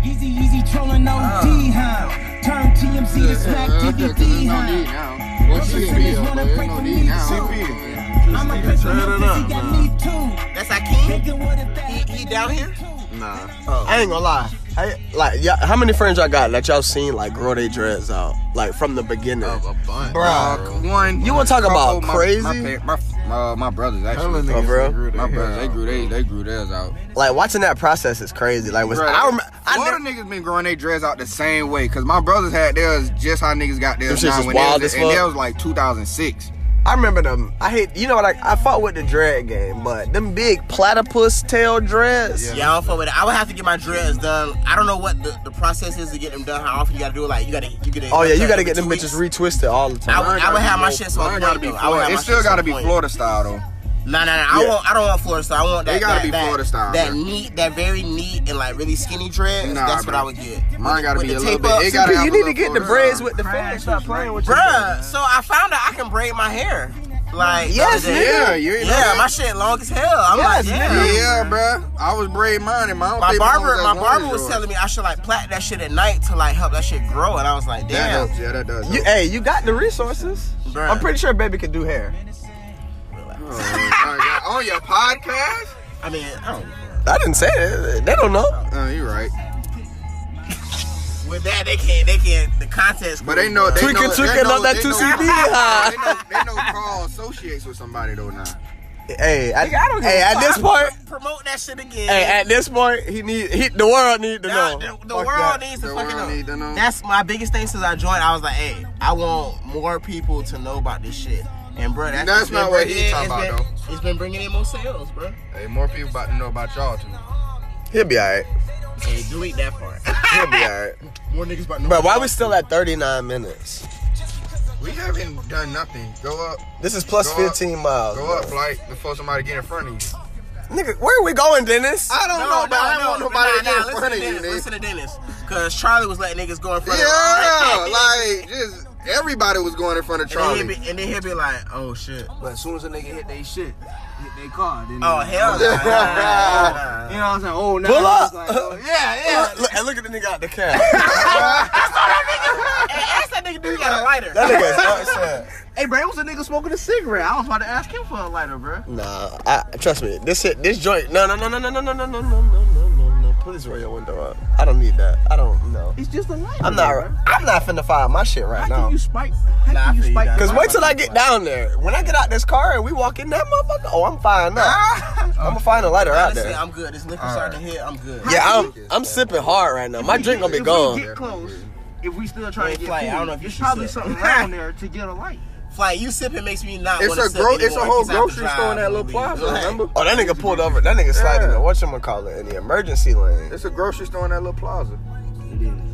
Speaker 6: Easy, easy trolling on
Speaker 4: Uh.
Speaker 6: D Hound. Turn TMZ to Smack TV D Hound.
Speaker 2: What's CP up, man? No need now.
Speaker 6: I'm a picture of this, he got me too.
Speaker 3: That's Akeem.
Speaker 6: Thinking what if that
Speaker 3: He, he down here.
Speaker 2: Nah.
Speaker 1: I ain't gonna lie. I, like, y'all, how many friends y'all got that y'all seen like grow their dreads out like from the beginning?
Speaker 2: A bunch.
Speaker 1: Bruh.
Speaker 11: One.
Speaker 1: You wanna talk about
Speaker 11: couple, my-
Speaker 1: crazy?
Speaker 11: My, par- my, f-
Speaker 2: uh,
Speaker 11: my, my brothers actually.
Speaker 1: Oh, bro.
Speaker 11: My brothers, they grew they they grew theirs out.
Speaker 1: Like watching that process is crazy. Like, was
Speaker 11: Bro,
Speaker 1: I remember?
Speaker 11: Florida
Speaker 1: I ne-
Speaker 11: niggas been growing their dreads out the same way. Cause my brothers had theirs just how niggas got theirs.
Speaker 1: Them shits
Speaker 11: now
Speaker 1: is
Speaker 11: when they
Speaker 1: wild
Speaker 11: was-
Speaker 1: as
Speaker 11: And
Speaker 1: fuck.
Speaker 11: that was like 2006.
Speaker 1: I remember them. I hate you know what? I, I fought with the dread game, but them big platypus tail dreads.
Speaker 3: Yeah, I don't fuck with it. I would have to get my dreads done. I don't know what the, the process is to get them done. How often you gotta do it? Like you gotta, you gotta.
Speaker 1: Oh yeah, you
Speaker 3: every
Speaker 1: gotta get
Speaker 3: two
Speaker 1: them
Speaker 3: weeks.
Speaker 1: bitches retwisted all the
Speaker 3: I
Speaker 1: time.
Speaker 3: would, I would have my shit so I gotta be. I would have
Speaker 11: It
Speaker 3: my
Speaker 11: still
Speaker 3: shit
Speaker 11: gotta
Speaker 3: so
Speaker 11: be
Speaker 3: point.
Speaker 11: Florida style though.
Speaker 3: No, no, no. I
Speaker 1: Yeah.
Speaker 3: want. I don't want Florida style. I want that.
Speaker 11: They gotta
Speaker 3: that,
Speaker 11: be
Speaker 3: that,
Speaker 11: Florida style,
Speaker 3: That
Speaker 11: bro.
Speaker 3: neat, that very neat and like really skinny dreads.
Speaker 11: Nah,
Speaker 3: that's what
Speaker 11: bro.
Speaker 3: I would get.
Speaker 11: Mine
Speaker 3: With-
Speaker 11: gotta
Speaker 3: with
Speaker 11: be
Speaker 3: the
Speaker 11: a little
Speaker 3: tape
Speaker 11: bit.
Speaker 3: up.
Speaker 11: It gotta
Speaker 1: CP,
Speaker 11: have
Speaker 1: you
Speaker 11: a
Speaker 1: need to
Speaker 11: little
Speaker 1: get the
Speaker 11: Florida
Speaker 1: braids
Speaker 11: style.
Speaker 1: with the fans. Stop playing with
Speaker 3: Bruh, so I found out I can braid my hair. Like,
Speaker 1: Yes,
Speaker 3: the other day.
Speaker 11: Yeah, you ain't know
Speaker 3: yeah,
Speaker 11: that?
Speaker 3: my shit long as hell. I'm
Speaker 1: Yes,
Speaker 3: like,
Speaker 1: nigga.
Speaker 3: yeah.
Speaker 11: Yeah, bruh. I was braid mine and my
Speaker 3: My barber, my barber was telling me I should like plait that shit at night to like help that shit grow, and I was like,
Speaker 11: That
Speaker 3: damn.
Speaker 11: helps. Yeah, that does.
Speaker 1: You,
Speaker 11: help.
Speaker 1: hey, you got the resources.
Speaker 3: Bruh.
Speaker 1: I'm pretty sure baby could do hair.
Speaker 11: Oh, my God. On your podcast?
Speaker 3: I mean, I don't.
Speaker 1: I didn't say it. They don't know.
Speaker 11: Oh, you right.
Speaker 3: With that, they can't. They can't. The contest.
Speaker 11: But they know they
Speaker 1: Tweaking,
Speaker 11: know,
Speaker 1: tweaking
Speaker 11: they know,
Speaker 1: on that
Speaker 11: they
Speaker 1: 2CB, huh?
Speaker 11: Know, they, know, they know Carl associates with somebody though now.
Speaker 1: Hey, I, hey, at this point,
Speaker 3: promote that shit again.
Speaker 1: hey, at this point, he need he, the world need to
Speaker 3: Nah,
Speaker 1: know.
Speaker 3: the, the
Speaker 1: Fuck
Speaker 3: world
Speaker 1: that.
Speaker 3: needs to
Speaker 11: The
Speaker 3: fucking
Speaker 11: world
Speaker 3: know.
Speaker 11: need to know.
Speaker 3: That's my biggest thing since I joined. I was like, hey, I want more people to know about this shit. And bro, that's,
Speaker 11: That's
Speaker 3: it's
Speaker 11: not
Speaker 3: been
Speaker 11: what he
Speaker 3: bringing in-
Speaker 11: talking
Speaker 3: it's
Speaker 11: about,
Speaker 3: been- It's been bringing in more sales, bro.
Speaker 11: Hey, more people about to know about y'all too.
Speaker 1: He'll be all right.
Speaker 3: Hey, delete that part.
Speaker 1: He'll be all right.
Speaker 11: More niggas about to
Speaker 1: But why we still at 39 minutes?
Speaker 11: We haven't done nothing. Go up,
Speaker 1: This is plus
Speaker 11: Go up.
Speaker 1: 15 miles.
Speaker 11: go up, like before somebody get in front of you.
Speaker 1: Nigga, where are we going, Dennis?
Speaker 11: I don't know, but I don't want nobody to get in front of
Speaker 3: listen, to
Speaker 11: you,
Speaker 3: Dennis, listen
Speaker 11: nigga.
Speaker 3: to Dennis. Because Charlie was letting niggas go in front of him.
Speaker 11: Yeah, like just everybody was going in front of Charlie.
Speaker 3: And then, he'd be, and then he'd be like, oh shit.
Speaker 4: But as soon as a nigga hit they shit, hit they car, then
Speaker 3: Oh, hell no. Nah, nah, nah, nah.
Speaker 4: You know what I'm saying? Oh, now
Speaker 1: Pull
Speaker 4: it's
Speaker 1: up.
Speaker 4: like, oh,
Speaker 1: yeah, yeah. Look, and look at the nigga out the cab.
Speaker 3: Hey, ask that nigga, do you got a lighter?
Speaker 1: That nigga is upset.
Speaker 4: Hey, bro, it was a nigga smoking a cigarette. I was about to ask him for a lighter, bro.
Speaker 1: Nah, I, trust me. This shit, this joint. No, no, no, no, no, no, no, no, no, no, no, no, no. Please roll your window up. I don't need that. I don't know.
Speaker 4: It's just a lighter.
Speaker 1: I'm not.
Speaker 4: Bro.
Speaker 1: I'm not finna find my shit right
Speaker 4: How
Speaker 1: now.
Speaker 4: can you spike? How
Speaker 3: Nah, I
Speaker 4: can you
Speaker 3: feel you,
Speaker 4: spike?
Speaker 3: dog.
Speaker 1: Cause wait till I get down there. When I get out this car and we walk in that motherfucker, oh, I'm fine now.
Speaker 12: man. I'm gonna find a lighter out
Speaker 3: Honestly,
Speaker 12: there.
Speaker 3: I'm good. This liquor starting to hit. I'm good.
Speaker 1: Yeah, I'm I'm sipping hard right now. My drink gonna be
Speaker 4: If we
Speaker 1: gone.
Speaker 4: get close, if we still trying
Speaker 3: Wait,
Speaker 4: to get
Speaker 3: Fly, I
Speaker 4: food,
Speaker 3: don't know if you
Speaker 4: there's
Speaker 3: should
Speaker 4: probably
Speaker 3: sit.
Speaker 4: something around there to get a light.
Speaker 3: Fly, you sipping makes me not.
Speaker 2: It's
Speaker 3: wanna
Speaker 2: a
Speaker 3: sip
Speaker 2: gro- it's a
Speaker 3: anymore
Speaker 2: whole
Speaker 3: 'cause I have to
Speaker 2: grocery store
Speaker 3: drive
Speaker 2: in that
Speaker 3: when
Speaker 2: little
Speaker 3: we
Speaker 2: plaza,
Speaker 3: leave.
Speaker 2: remember?
Speaker 1: Oh,
Speaker 2: Oh,
Speaker 1: that nigga pulled over. That nigga sliding
Speaker 2: Yeah.
Speaker 1: the what call it in the emergency lane.
Speaker 2: It's a grocery store in that little plaza.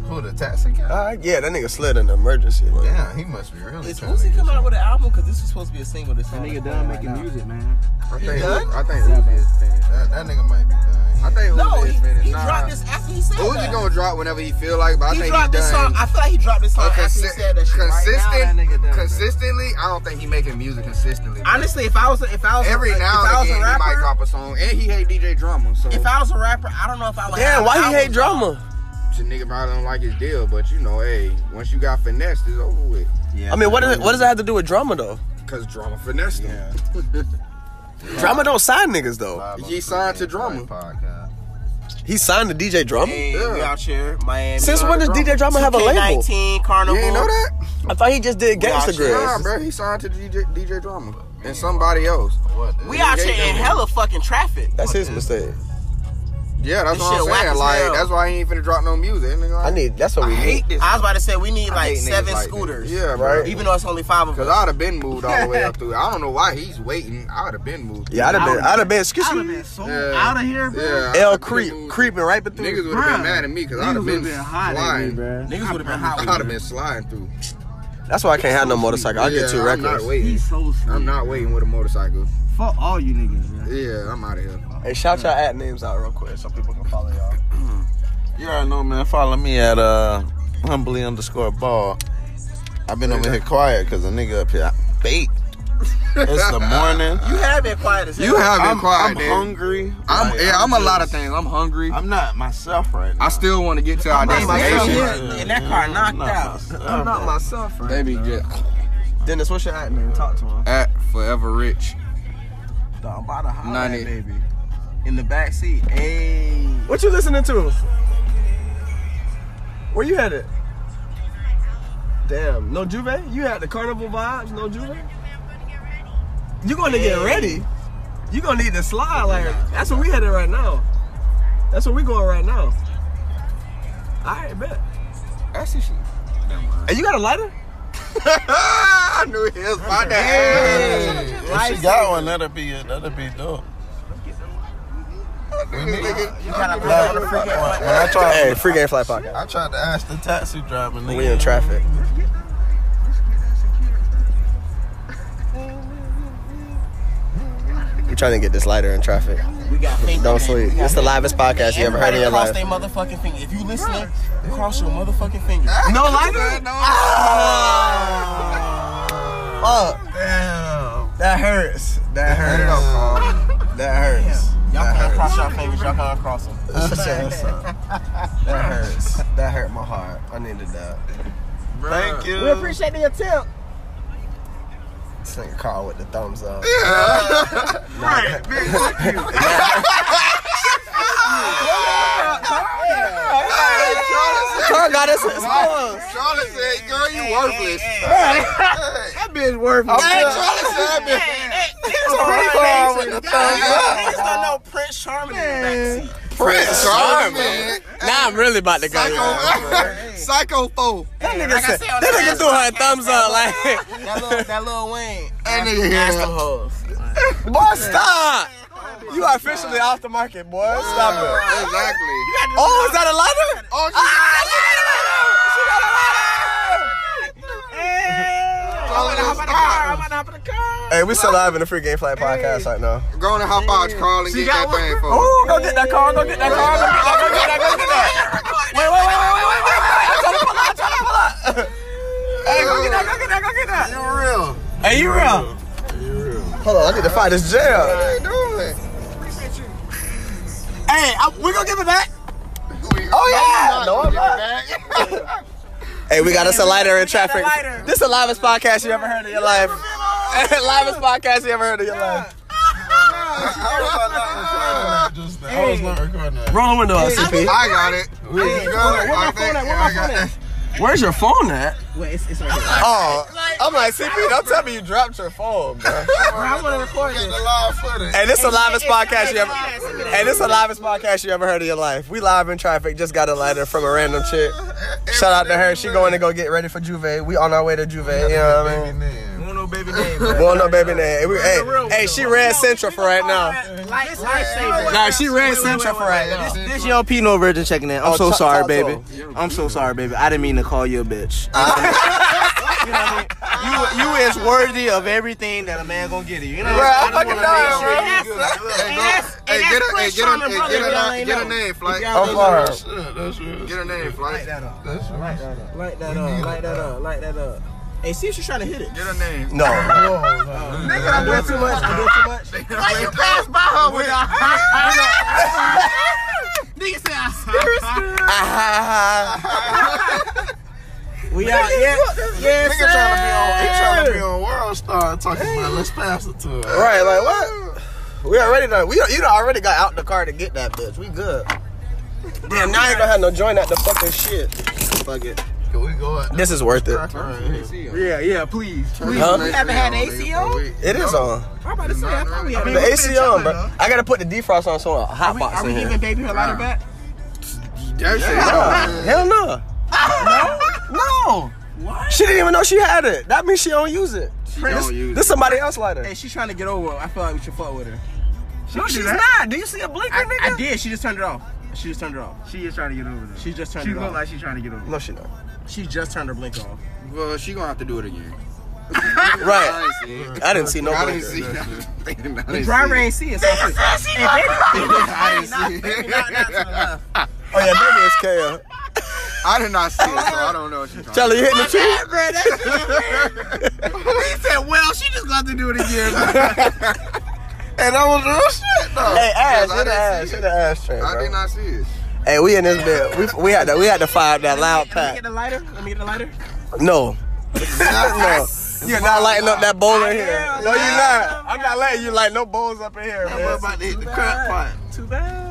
Speaker 6: Who the taxi cab?
Speaker 1: All right, yeah, that nigga slid in the emergency lane.
Speaker 6: Damn, he must be really.
Speaker 3: Is
Speaker 6: trying to
Speaker 3: Uzi
Speaker 6: get
Speaker 3: coming
Speaker 6: you.
Speaker 3: out with an album? Because this was supposed to be a single. This song
Speaker 4: That
Speaker 3: is
Speaker 4: nigga
Speaker 3: playing
Speaker 4: done
Speaker 3: right
Speaker 4: making
Speaker 3: now.
Speaker 4: music, man.
Speaker 2: I
Speaker 6: He
Speaker 2: think
Speaker 6: done?
Speaker 2: I think Uzi is finished.
Speaker 6: That, that nigga might be done.
Speaker 2: I think
Speaker 3: No,
Speaker 2: Uzi is
Speaker 3: he,
Speaker 2: finished.
Speaker 3: he
Speaker 2: Nah.
Speaker 3: dropped this after he said
Speaker 2: Uzi
Speaker 3: that.
Speaker 2: gonna drop whenever he feel like, but I
Speaker 3: he
Speaker 2: think
Speaker 3: dropped
Speaker 2: he
Speaker 3: this
Speaker 2: done.
Speaker 3: song. I feel like he dropped this song
Speaker 2: But
Speaker 3: after he
Speaker 2: consi-
Speaker 3: said that shit. Right now, that
Speaker 2: consistent,
Speaker 3: nigga done, bro.
Speaker 2: consistently. I don't think he making music consistently. bro.
Speaker 3: Honestly, if I was, if I was,
Speaker 2: Every
Speaker 3: if
Speaker 2: now
Speaker 3: I
Speaker 2: and
Speaker 3: was
Speaker 2: again,
Speaker 3: a
Speaker 2: he might
Speaker 3: rapper,
Speaker 2: drop a song, and he hate DJ Drama. So
Speaker 3: if I was a rapper, I don't know if I would.
Speaker 1: Damn,
Speaker 3: have
Speaker 1: why
Speaker 3: an
Speaker 1: he hate
Speaker 3: album.
Speaker 1: drama?
Speaker 2: the nigga probably don't like his deal, but you know, hey, once you got finessed, it's over with.
Speaker 1: I mean, what does it, what does that have to do with drama though?
Speaker 2: Cause Drama finessed him.
Speaker 1: Drama don't sign niggas though.
Speaker 6: Five
Speaker 2: He
Speaker 6: oh
Speaker 2: signed
Speaker 6: three
Speaker 2: to Drama.
Speaker 6: Podcast.
Speaker 1: He signed to DJ Drama.
Speaker 3: Hey, we
Speaker 2: Yeah.
Speaker 3: out here, Miami.
Speaker 1: Since when does DJ Drama have a label?
Speaker 3: 19 Carnival.
Speaker 2: You ain't know that?
Speaker 1: I thought he just did
Speaker 3: Yeah,
Speaker 1: Gangsta
Speaker 3: I-
Speaker 2: Nah,
Speaker 1: Grizz.
Speaker 2: bro, he signed to DJ, DJ Drama and somebody else.
Speaker 6: What? the-
Speaker 3: We out here in hella fucking traffic.
Speaker 1: That's his mistake.
Speaker 2: Yeah, that's
Speaker 3: This
Speaker 2: what
Speaker 3: shit
Speaker 2: I'm
Speaker 3: whack
Speaker 2: saying.
Speaker 3: as
Speaker 2: Like,
Speaker 3: hell.
Speaker 2: that's why he ain't finna drop no music. That Nigga,
Speaker 1: I need. That's what we need.
Speaker 2: this.
Speaker 3: I was about to say we need like
Speaker 2: hate niggas
Speaker 3: seven
Speaker 2: like this.
Speaker 3: scooters.
Speaker 2: Yeah, bro.
Speaker 1: Right.
Speaker 3: Even though it's only five of
Speaker 2: Cause
Speaker 3: us.
Speaker 2: I'd have been moved all the way up through. I don't know why he's waiting. I'd have been moved.
Speaker 1: Yeah, I'd have been. I'd have been. Excuse
Speaker 4: I'd have
Speaker 1: me.
Speaker 4: been so
Speaker 2: Yeah.
Speaker 4: out of here, bro.
Speaker 2: Yeah, I'd
Speaker 1: L
Speaker 2: have been
Speaker 1: creep
Speaker 2: moved.
Speaker 1: creeping right
Speaker 2: Niggas
Speaker 1: between.
Speaker 2: would have
Speaker 4: Bruh,
Speaker 2: been mad at me because I'd
Speaker 4: Niggas
Speaker 2: have been,
Speaker 4: would've been hot at me,
Speaker 2: flying.
Speaker 4: bro.
Speaker 3: Niggas would've been hot
Speaker 2: I'd
Speaker 3: with
Speaker 2: have been sliding through.
Speaker 1: That's why I can't have no motorcycle. I get
Speaker 2: Yeah,
Speaker 1: too
Speaker 2: I'm not
Speaker 1: reckless.
Speaker 2: waiting.
Speaker 4: He's so sweet.
Speaker 2: I'm not waiting with a motorcycle.
Speaker 4: Fuck all you niggas, man.
Speaker 2: Yeah, I'm out of here.
Speaker 1: Hey, shout y'all at names out real quick so people can follow y'all.
Speaker 6: You already know, man. Follow me at uh humbly underscore ball. I've been over here quiet because a nigga up here baked. It's the morning.
Speaker 3: You have been quiet as hell.
Speaker 2: You have been
Speaker 6: I'm,
Speaker 2: quiet,
Speaker 6: I'm
Speaker 2: dude.
Speaker 6: hungry.
Speaker 2: I'm,
Speaker 6: Like,
Speaker 2: yeah, I'm, a lot of
Speaker 6: just-
Speaker 2: things. I'm hungry. i
Speaker 6: I'm not myself right now.
Speaker 2: still want to get to our
Speaker 3: not myself.
Speaker 2: destination.
Speaker 3: Yeah, and that car knocked out.
Speaker 6: I'm not myself.
Speaker 1: myself, right?
Speaker 2: They be just
Speaker 1: Dennis, what's your at name? Talk to him.
Speaker 2: at forever rich.
Speaker 1: Dog, by the hot
Speaker 2: Ninety.
Speaker 1: baby.
Speaker 3: In the back seat. Hey.
Speaker 1: What you listening to? Where you headed? Damn, no Juve? You had the carnival vibes, no Juve? You gonna get ready. You gonna need to slide like that's where we headed right now. That's where we going right now. Alright, bet. And you got a lighter?
Speaker 2: I knew he was my dad.
Speaker 6: If she got one, that'll be it. That'll be dope. Nah, when I
Speaker 1: Hey,
Speaker 6: tried,
Speaker 1: free game fly pocket.
Speaker 6: I tried to ask the taxi driver, nigga.
Speaker 1: We in traffic. We trying to get this lighter in traffic.
Speaker 3: We got fake.
Speaker 1: Don't sleep. It's the livest podcast you ever heard in your life.
Speaker 3: cross their motherfucking finger. If you listening, cross your motherfucking finger.
Speaker 1: No lighter? Fuck. Damn. That hurts. That hurts. That hurts.
Speaker 3: Y'all can't cross your fingers. Y'all can't cross them.
Speaker 1: That's up. That hurts. That hurt my heart. I needed that.
Speaker 6: Thank you.
Speaker 3: the attempt.
Speaker 1: This nigga Carl with the thumbs up. Carl got us.
Speaker 2: Charlotte said, "Girl, you worthless."
Speaker 1: That bitch worthless.
Speaker 2: Charlotte said,
Speaker 1: Carl with the thumbs up.
Speaker 3: Niggas don't know Prince Charming in the back seat.
Speaker 1: Prince
Speaker 2: "Charlotte,
Speaker 1: Charming.
Speaker 2: man,
Speaker 1: Now I'm really about to go.
Speaker 2: psycho foe."
Speaker 1: That nigga,
Speaker 3: Like I
Speaker 1: said,
Speaker 3: said on
Speaker 1: that
Speaker 3: the
Speaker 1: nigga
Speaker 3: last
Speaker 1: threw her
Speaker 3: podcast,
Speaker 1: thumbs up like,
Speaker 3: That little, that little Wayne.
Speaker 2: That nigga here.
Speaker 3: hoes.
Speaker 1: boy, stop. You are officially off the market, boy. Stop it.
Speaker 2: Exactly.
Speaker 1: Oh, is that a letter?
Speaker 2: Oh,
Speaker 1: Oh, Ah,
Speaker 2: Charlotte,
Speaker 3: I'm about to car. I'm
Speaker 2: stop.
Speaker 3: about to hop in the car.
Speaker 1: Hey, we still live in the free game flat podcast right now.
Speaker 2: Go on and hop out, Carl, and get that thing for me.
Speaker 1: Oh, go get that car. Go get that car. Go get that. Go get that. Go get that. Wait, wait, wait, wait, wait, wait, wait. I'm trying to pull out. I'm trying to pull out. Hey, go get that. Go get that. Go get that.
Speaker 2: You real?
Speaker 1: Hey, you real? Hold on, I need to find this jail.
Speaker 2: What you doing?
Speaker 1: Hey, I, we gonna give it back. Oh yeah. No, I'm not. Hey, we got us a lighter in traffic. This is the livest podcast you ever heard in your life. livest podcast you ever heard in your life.
Speaker 6: Just that. I was not recording that.
Speaker 1: Roll the window, out, CP.
Speaker 2: I got it. Where my phone at? Where my phone at?
Speaker 13: Where's your phone at?
Speaker 14: Wait, it's, it's right here.
Speaker 1: Oh, I'm like, see, Pete, I'm telling you, you dropped your phone, bro.
Speaker 14: I want to record this.
Speaker 1: And this the livest podcast you ever. And this the livest podcast you ever heard in your life. We live in traffic. Just got a letter from a random chick. Shout out to her. She going to go get ready for Juve. We on our way to Juve. You know what I mean?
Speaker 3: Won't no baby name.
Speaker 1: Well, no baby name. We- Hey, hey, she ran central for right now.
Speaker 14: Life, life savers.
Speaker 1: Nah, she ran central for right now.
Speaker 3: This young Pino virgin checking in. I'm
Speaker 1: Oh,
Speaker 3: so
Speaker 1: talk-
Speaker 3: sorry,
Speaker 1: talk to
Speaker 3: baby. I'm so sorry, baby. I didn't mean to call you a bitch. you, know what I mean? you, you is worthy of everything that a man gonna give you. You know what
Speaker 1: Bruh,
Speaker 3: I
Speaker 1: I'm
Speaker 3: mean? I just
Speaker 1: fucking
Speaker 3: wanna
Speaker 1: dying, bruh.
Speaker 3: make sure you
Speaker 14: That's- and
Speaker 3: good.
Speaker 14: that's- and that's Chris Shawn and brother, y'all ain't know.
Speaker 2: name, Flight.
Speaker 1: I'm far.
Speaker 2: Get a name, Flight.
Speaker 13: Light that
Speaker 2: Get
Speaker 13: up. Light that up. Light that up. Light that up.
Speaker 3: Hey, see if she's trying to hit it.
Speaker 2: a name.
Speaker 1: No.
Speaker 13: Nigga, I do too much. I do too much.
Speaker 14: Why you pass by her with a Nigga said, I seriously.
Speaker 3: We out yet? Yes,
Speaker 6: Nigga trying to be on, he trying to be
Speaker 3: sir.
Speaker 6: on World Star talking about let's pass it to her.
Speaker 1: Right, like what? We already done. We you done already got out the car to get that bitch. We good. Damn, now I ain't gonna have no joint at the fucking shit. Fuck it.
Speaker 6: Can we go at
Speaker 1: This is worth it.
Speaker 13: Yeah, yeah, please. please.
Speaker 1: Huh?
Speaker 14: You haven't had an ACO?
Speaker 1: It is on.
Speaker 14: I'm about to say, I thought we had
Speaker 1: The ACO, bro. I gotta put the defrost on so a hot box
Speaker 14: Are we
Speaker 1: in
Speaker 14: giving
Speaker 1: here.
Speaker 14: baby her lighter back?
Speaker 2: That shit.
Speaker 1: No, hell no. No? No. What? She didn't even know she had it. That means she don't use it.
Speaker 2: don't use
Speaker 1: This somebody else lighter.
Speaker 3: Hey, she's trying to get over. it. I feel like we should fuck with her.
Speaker 13: No, she's not. Do you see a blinker,
Speaker 3: I, I
Speaker 13: nigga?
Speaker 3: did. She just turned it off. She just turned it off.
Speaker 4: She is trying to get over this.
Speaker 3: She just turned
Speaker 4: She
Speaker 3: it
Speaker 4: look
Speaker 3: off.
Speaker 4: like she's trying to get over.
Speaker 1: No, she not.
Speaker 3: she just turned her blink off.
Speaker 2: Well, she gonna have to do it again.
Speaker 1: Right.
Speaker 2: I
Speaker 1: I didn't see no
Speaker 2: didn't see
Speaker 1: blinker.
Speaker 2: that. I didn't
Speaker 3: The
Speaker 2: see
Speaker 3: driver ain't see it. So I said,
Speaker 2: I didn't see it.
Speaker 1: Oh yeah, baby, it's KO.
Speaker 2: I did not see it, so I don't know what she's talking
Speaker 1: Charlie, you hitting the tree?
Speaker 14: He said, well, she just got to do it again.
Speaker 2: And I was real shit, though.
Speaker 1: Hey, ass,
Speaker 2: I
Speaker 1: hit the
Speaker 2: didn't
Speaker 1: ass,
Speaker 2: see
Speaker 1: hit
Speaker 2: it.
Speaker 1: the ass train,
Speaker 2: I
Speaker 1: bro.
Speaker 2: did not see it.
Speaker 1: Hey, we in this bed. We, we had to we had to find that loud pack.
Speaker 3: the lighter? Let me get the lighter.
Speaker 1: No. no. You're not lighting up that bowl in here. No, you're not. I'm not letting you light no bowls up in here, man.
Speaker 6: about to hit the crack pot.
Speaker 3: Too bad.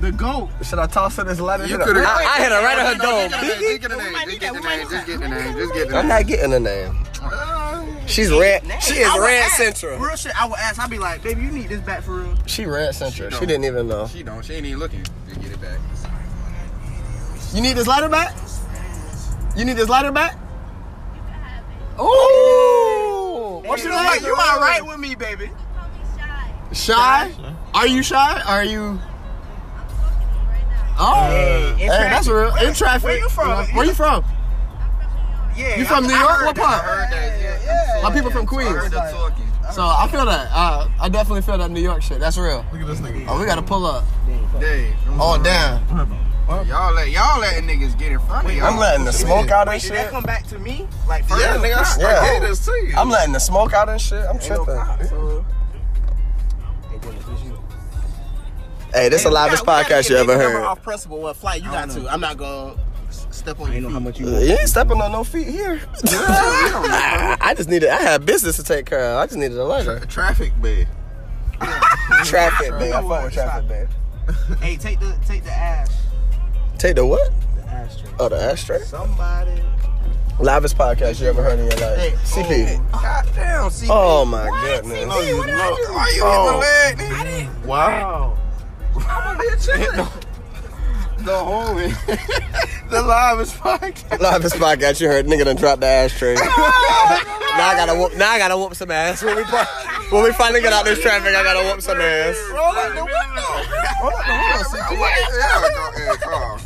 Speaker 4: The goat.
Speaker 1: Should I toss her this letter?
Speaker 2: You
Speaker 1: Should I-
Speaker 2: could've-
Speaker 1: I, I hit her right in her dome.
Speaker 2: Just get the name. Just get the name. Just get the name. Just get the
Speaker 1: I'm
Speaker 2: name.
Speaker 1: not getting her name. She's red. She is red central.
Speaker 4: Real shit. I would ask. I'd be like, baby, you need this back for real.
Speaker 1: She red central. She didn't even know.
Speaker 2: She don't. She ain't even looking. Just get it back.
Speaker 1: You need this lighter back? You need this lighter back? Ooh. What you like? You all right with me, baby? Shy? Are you shy? Are you? Oh, hey, that's real. In traffic. Where you from? Where you from? Yeah, you from New York? What part? My people from Queens. So I feel that. Uh, I definitely feel that New York shit. That's real.
Speaker 6: Look at this nigga.
Speaker 1: Oh, we gotta pull up.
Speaker 2: Dave,
Speaker 1: Oh, damn.
Speaker 2: y'all let y'all letting niggas get in front of y'all.
Speaker 1: I'm letting the smoke out and shit.
Speaker 3: Come back to me. Like first.
Speaker 6: Yeah, nigga, I,
Speaker 1: Yeah.
Speaker 6: I gave this to you.
Speaker 1: I'm letting the smoke out and shit. I'm tripping. Hey, this the loudest podcast you ever heard.
Speaker 15: Off principle, what flight you got to? I'm not gonna s- step on you.
Speaker 1: You ain't stepping on no feet here. I just needed. I had business to take care of. I just needed a leisure.
Speaker 6: Traffic bed.
Speaker 1: Traffic, man. I fuck with traffic, man.
Speaker 4: Hey, take the take the ash.
Speaker 1: Take the what? Oh, the ashtray.
Speaker 4: Somebody.
Speaker 1: Loudest podcast you ever heard in your life. CP.
Speaker 2: Goddamn, see.
Speaker 1: Oh my goodness. Oh.
Speaker 2: Why you hit my leg?
Speaker 6: Wow.
Speaker 2: nigga? The homie. the live is fucked.
Speaker 1: Loudest podcast you heard. Nigga done dropped the ashtray. now I gotta whoop. Now I gotta whoop some ass when we pro- when we finally get out this traffic. I gotta whoop some ass.
Speaker 2: Roll out the window. Roll out the window. Yeah, go ahead, Carl.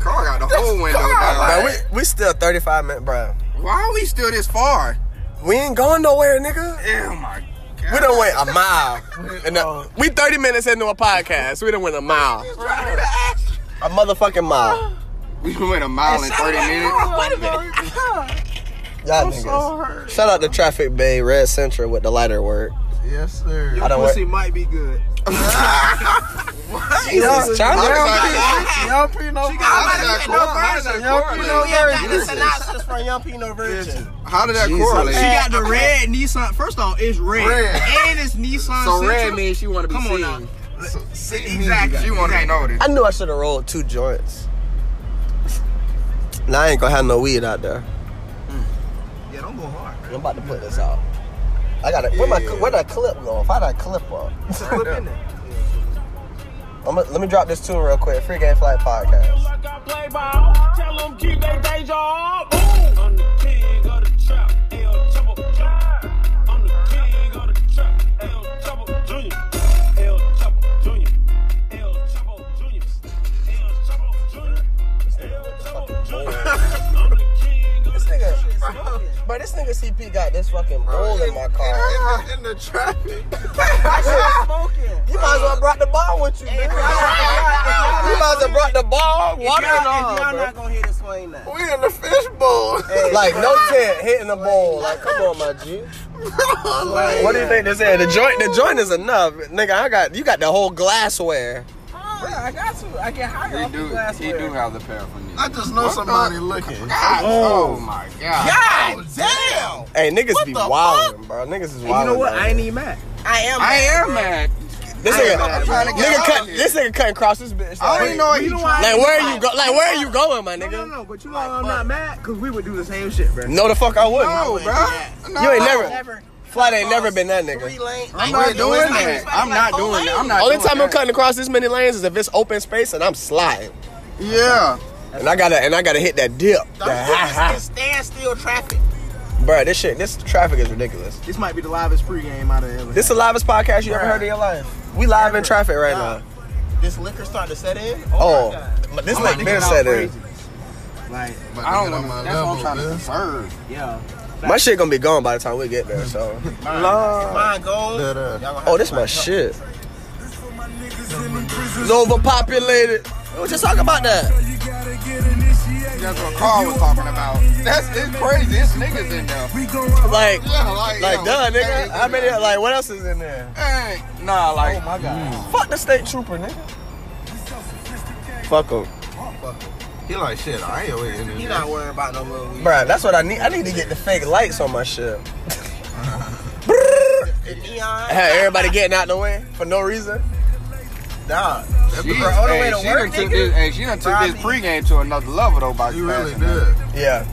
Speaker 2: Carl got the whole window
Speaker 1: Bro,
Speaker 2: down.
Speaker 1: we, we still 35 minutes, bro.
Speaker 2: Why are we still this far?
Speaker 1: We ain't going nowhere, nigga.
Speaker 2: Oh my god.
Speaker 1: We done went a mile. And the- we 30 minutes into a podcast. We done went a mile. A motherfucking mile.
Speaker 2: We went a mile in 30 minutes.
Speaker 14: Wait a minute.
Speaker 1: Y'all niggas. Shout out to Traffic Bay, Red Central with the lighter work.
Speaker 6: Yes, sir.
Speaker 1: I don't work.
Speaker 4: Pussy might be good.
Speaker 1: Jesus, Charlie.
Speaker 6: Y'all pretty know.
Speaker 4: Ah,
Speaker 2: How did that
Speaker 15: This analysis from Young Pino Virgin.
Speaker 2: correlate? How did that correlate?
Speaker 4: She got the red Nissan. First off, it's red,
Speaker 2: Red.
Speaker 4: and it's Nissan.
Speaker 2: So
Speaker 4: Sentra.
Speaker 2: red means she want to be
Speaker 4: Come on
Speaker 2: seen.
Speaker 4: now.
Speaker 2: Exactly. She want to be noticed.
Speaker 1: I knew I should have rolled two joints. Now I ain't gonna have no weed out there.
Speaker 4: Yeah, don't go hard.
Speaker 1: I'm about to put this out. I got to Where my where that clip go? If I got a clip on.
Speaker 4: Clip in there.
Speaker 1: I'm gonna- let me drop this tune real quick. Free Game Flight Podcast.
Speaker 16: play ball. Tell them keep their day job. I'm the king of the trap. El Chapo Jr. I'm the king of the trap. El Chapo Jr. El Chapo Jr. El Chapo Jr. El Chapo Jr. El Chapo Jr. I'm the king of
Speaker 1: This
Speaker 16: the trap.
Speaker 1: nigga, but this nigga CP got this fucking bowl in my car.
Speaker 11: In the traffic.
Speaker 1: You might as well brought the ball with you, man. You might as well brought the ball, water, and all. bro.
Speaker 4: gonna hear this one, now.
Speaker 11: We in the fishbowl.
Speaker 1: Like no tent hitting the ball. Like, come on, my G.
Speaker 11: like,
Speaker 1: What do you think they said? The joint, the joint is enough, nigga. I got you got the whole glassware.
Speaker 4: Bro, I got to. I get higher
Speaker 2: He
Speaker 4: off the
Speaker 2: do,
Speaker 4: glass.
Speaker 2: he do have the paraphernalia.
Speaker 17: I just know somebody looking.
Speaker 2: Oh, my God.
Speaker 3: God damn!
Speaker 1: Hey, niggas be
Speaker 3: the
Speaker 1: wildin', bro. Niggas is wildin'.
Speaker 4: You know what?
Speaker 1: out
Speaker 4: I ain't
Speaker 1: here.
Speaker 4: even mad.
Speaker 3: I am.
Speaker 2: I am mad.
Speaker 1: This
Speaker 2: I'm
Speaker 1: nigga,
Speaker 2: trying to get
Speaker 1: nigga
Speaker 2: out
Speaker 1: cut.
Speaker 2: of here.
Speaker 1: This nigga cutting across this bitch.
Speaker 2: I don't even know what he
Speaker 4: You know
Speaker 2: trying
Speaker 4: why?
Speaker 1: Like, where you go? Like, where you going, my
Speaker 4: No, no,
Speaker 1: nigga?
Speaker 4: no. But you know why I'm not mad? Cause we would do the same shit, bro.
Speaker 1: No, the fuck I wouldn't.
Speaker 2: to do, bruh.
Speaker 1: You ain't
Speaker 3: Never.
Speaker 1: never. Flight ain't never been that nigga.
Speaker 3: Three lane.
Speaker 2: I'm not doing that. I'm not doing that. I'm not
Speaker 1: Only
Speaker 2: doing
Speaker 1: time I'm
Speaker 2: that.
Speaker 1: cutting across this many lanes is if it's open space and I'm sliding.
Speaker 2: Yeah.
Speaker 1: And I gotta and I gotta hit that dip.
Speaker 3: That's standstill traffic.
Speaker 1: Bro, this shit, this traffic is ridiculous.
Speaker 4: This might be the livest pregame out of ever.
Speaker 1: This is the livest podcast you ever heard in your life. We live in traffic right now.
Speaker 3: This liquor starting to set in.
Speaker 1: Oh, but this like Ben said it.
Speaker 4: Like,
Speaker 2: I don't want to. That's what I'm trying to conserve.
Speaker 4: yeah.
Speaker 1: My shit gonna be gone by the time we get there. So,
Speaker 3: Mine goes.
Speaker 1: oh, this my shit. It's overpopulated. We were just talking about that.
Speaker 2: That's what Carl was talking about. That's it's crazy. It's niggas in there.
Speaker 1: Like,
Speaker 2: Yeah, like,
Speaker 1: like
Speaker 2: yo,
Speaker 1: duh, nigga.
Speaker 2: niggas
Speaker 1: I
Speaker 2: in
Speaker 1: mean,
Speaker 2: there.
Speaker 1: like, what else is in there? Mm.
Speaker 2: Hey, nah, like, oh my god.
Speaker 1: Fuck the state trooper, nigga. Fuck him.
Speaker 2: Oh.
Speaker 17: He like shit. I ain't waiting. in
Speaker 3: He
Speaker 17: there.
Speaker 3: not worrying about no little weed.
Speaker 1: Bruh, that's what I need. I need to get the fake lights on my shit.
Speaker 3: The neon.
Speaker 1: Have everybody getting out the way for no reason.
Speaker 3: Dog.
Speaker 2: She,
Speaker 3: Bro, all the way
Speaker 2: hey,
Speaker 3: to
Speaker 2: she
Speaker 3: work,
Speaker 2: done took
Speaker 3: nigga?
Speaker 2: this. Hey, she done took
Speaker 3: Bro, I
Speaker 2: this
Speaker 3: mean-
Speaker 2: pregame to another level though. By
Speaker 17: He really
Speaker 2: passing that.
Speaker 17: did.
Speaker 1: Yeah.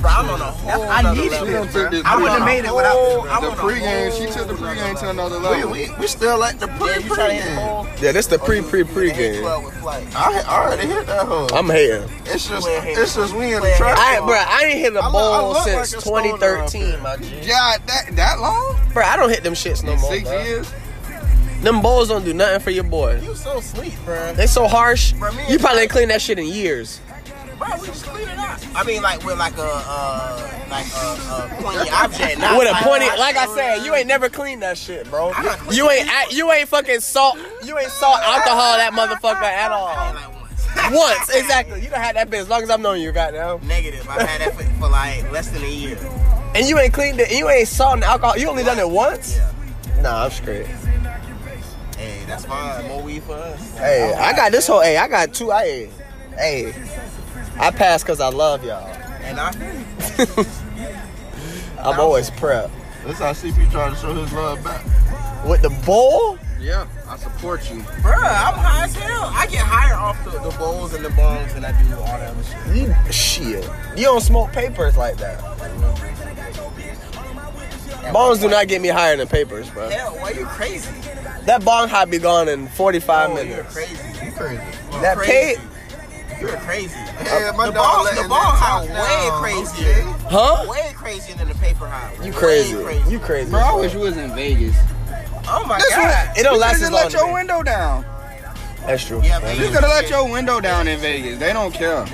Speaker 3: Bro, I'm on a whole.
Speaker 4: I
Speaker 3: nother
Speaker 4: need
Speaker 2: She
Speaker 4: it.
Speaker 3: level.
Speaker 2: done took this.
Speaker 3: I wouldn't
Speaker 2: pregame-
Speaker 3: have made it without this. bro. I'm
Speaker 2: the
Speaker 3: on a
Speaker 2: pregame. She
Speaker 3: whole
Speaker 2: took the
Speaker 3: nother
Speaker 2: pregame to
Speaker 3: level.
Speaker 2: another
Speaker 17: We,
Speaker 2: level.
Speaker 17: we, we still like the pre
Speaker 3: Yeah, you trying to hit the
Speaker 17: pregame.
Speaker 3: whole.
Speaker 1: Yeah, this the pre pre pre
Speaker 3: You
Speaker 1: game.
Speaker 3: club with flight.
Speaker 17: I, I already hit that hole.
Speaker 1: I'm hating.
Speaker 17: It's just
Speaker 3: Playing hand-
Speaker 17: it's just we in the
Speaker 3: playing
Speaker 17: traffic.
Speaker 1: I, bro, I ain't hit a
Speaker 17: I look- I
Speaker 1: ball
Speaker 17: look
Speaker 1: since
Speaker 17: like a stoner out
Speaker 1: 2013,
Speaker 17: there.
Speaker 1: my G.
Speaker 2: Yeah, that that long?
Speaker 1: Bro, I don't hit them shits no more.
Speaker 2: Six
Speaker 1: bruh.
Speaker 2: years?
Speaker 1: Them bowls don't do nothing for your boy.
Speaker 3: You so sweet, bro.
Speaker 1: They so harsh.
Speaker 3: Bruh, me and-
Speaker 1: You probably ain't cleaned that shit in years.
Speaker 3: Bro, we just clean it up. I mean, like with like a uh, like a, a pointy object. Not
Speaker 1: With a
Speaker 3: like-
Speaker 1: pointy, like I said, you ain't never cleaned that shit, bro. You ain't, act- you ain't fucking salt, you ain't salt alcohol that motherfucker at all.
Speaker 3: Like once.
Speaker 1: Once, exactly. You don't have that bitch as long as I've known you, goddamn.
Speaker 3: Negative. I've had that for, for like less than a year.
Speaker 1: And you ain't cleaned it. You ain't salt and alcohol. You only done it once. Nah, I'm straight.
Speaker 3: Hey, that's fine. More weed for us.
Speaker 1: Hey, I got this whole. Hey, I got two. I hey, I pass cause I love y'all.
Speaker 3: And I feel you.
Speaker 1: I'm always prep
Speaker 17: That's how CP trying to show his love back.
Speaker 1: with the bowl.
Speaker 2: Yeah, I support you.
Speaker 3: Bruh, I'm high as hell. I get higher off the, the bowls and the bongs than I do all that other shit.
Speaker 1: You shit. You don't smoke papers like that. Bongs do not get me higher than papers, bro.
Speaker 3: Hell, why you crazy?
Speaker 1: That bong high be gone in 45
Speaker 3: Oh, you're
Speaker 1: minutes.
Speaker 3: crazy. You
Speaker 17: Crazy.
Speaker 1: That
Speaker 3: crazy.
Speaker 1: paid,
Speaker 3: You're crazy.
Speaker 17: Yeah, my
Speaker 3: The
Speaker 17: dog
Speaker 3: ball,
Speaker 17: letting
Speaker 3: the ball high
Speaker 17: that
Speaker 3: way
Speaker 17: down,
Speaker 3: crazier.
Speaker 1: huh?
Speaker 3: Way crazier than the paper high.
Speaker 1: You
Speaker 3: Way
Speaker 1: crazy. You crazy.
Speaker 2: Bro, I wish you was in Vegas.
Speaker 3: Oh my
Speaker 2: That's
Speaker 3: god.
Speaker 2: what
Speaker 1: It don't
Speaker 2: you
Speaker 1: last
Speaker 2: could've
Speaker 1: as long
Speaker 2: let
Speaker 1: in
Speaker 2: your
Speaker 1: Vegas.
Speaker 2: window down.
Speaker 1: That's true.
Speaker 3: Yeah, but
Speaker 2: You
Speaker 3: you
Speaker 2: could have let your window down in Vegas. They don't care.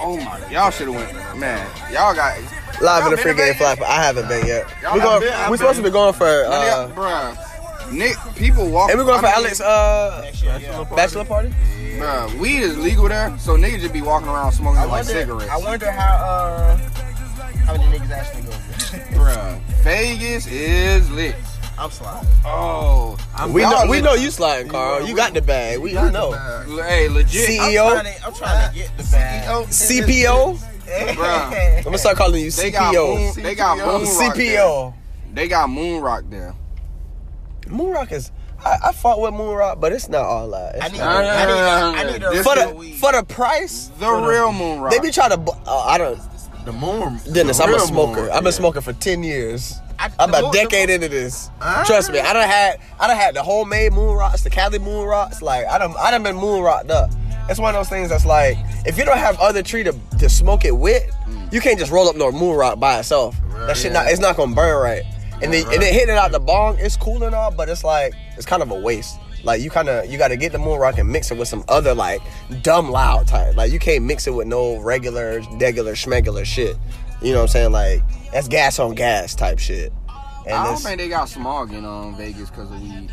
Speaker 2: Oh my, y'all should have went. Man, y'all got.
Speaker 1: Live in
Speaker 2: Y'all
Speaker 1: the
Speaker 2: been
Speaker 1: free
Speaker 2: to
Speaker 1: game
Speaker 2: Vegas?
Speaker 1: flap. I haven't been yet.
Speaker 2: Y'all
Speaker 1: We're
Speaker 2: not
Speaker 1: going.
Speaker 2: been, I've
Speaker 1: We're supposed to be going for. Uh,
Speaker 2: bruh, Nick, people walk.
Speaker 1: and we're going for
Speaker 2: I mean,
Speaker 1: Alex. Uh, bachelor party.
Speaker 2: Bruh, weed is legal there, so niggas just be walking around smoking like cigarettes.
Speaker 3: I wonder how uh how many niggas actually go.
Speaker 2: bruh, Vegas is lit.
Speaker 3: I'm sliding.
Speaker 2: Oh, I'm
Speaker 1: We know.
Speaker 2: y'all
Speaker 1: We
Speaker 2: lit.
Speaker 1: know you sliding, Carl. You got the bag. We you know.
Speaker 2: Hey, legit.
Speaker 3: I'm
Speaker 1: CEO,
Speaker 3: trying, to, I'm trying to get the bag.
Speaker 1: CPO.
Speaker 2: Bruh.
Speaker 1: I'm gonna start calling you
Speaker 2: They got moon,
Speaker 1: CPO.
Speaker 2: they got moon rock there.
Speaker 1: CPO.
Speaker 2: They got moon rock there.
Speaker 1: Moon rock is. I, I fought with Moon Rock, but it's not all that. It's
Speaker 3: I need,
Speaker 1: not all
Speaker 3: I
Speaker 1: that.
Speaker 3: need, I need, a
Speaker 1: for the for the price,
Speaker 3: The real Moon Rock.
Speaker 1: They be trying to. bu- Uh, I don't.
Speaker 17: The moon.
Speaker 1: Dennis,
Speaker 17: the
Speaker 1: I'm a
Speaker 17: real
Speaker 1: smoker.
Speaker 17: Moon
Speaker 1: I've been
Speaker 17: Rock,
Speaker 1: smoking for ten years. I,
Speaker 3: the
Speaker 1: am a
Speaker 3: Moon-
Speaker 1: decade into this. Trust me, I done had I done had the homemade moon rocks, the Cali moon rocks. Like I done I done been moon rocked up. It's one of those things that's like if you don't have other tree to, to smoke it with, you can't just roll up no moon rock by itself. that shit not it's not gonna burn right. And then and then hitting it out the bong, it's cool and all, but it's like it's kind of a waste. Like you kind of you got to get the moon rock and mix it with some other like dumb loud type. Like you can't mix it with no regular, regular schmegular shit. You know what I'm saying? Like that's gas on gas type shit. And
Speaker 2: I don't
Speaker 1: it's-
Speaker 2: think they got smog in um, Vegas because of weed.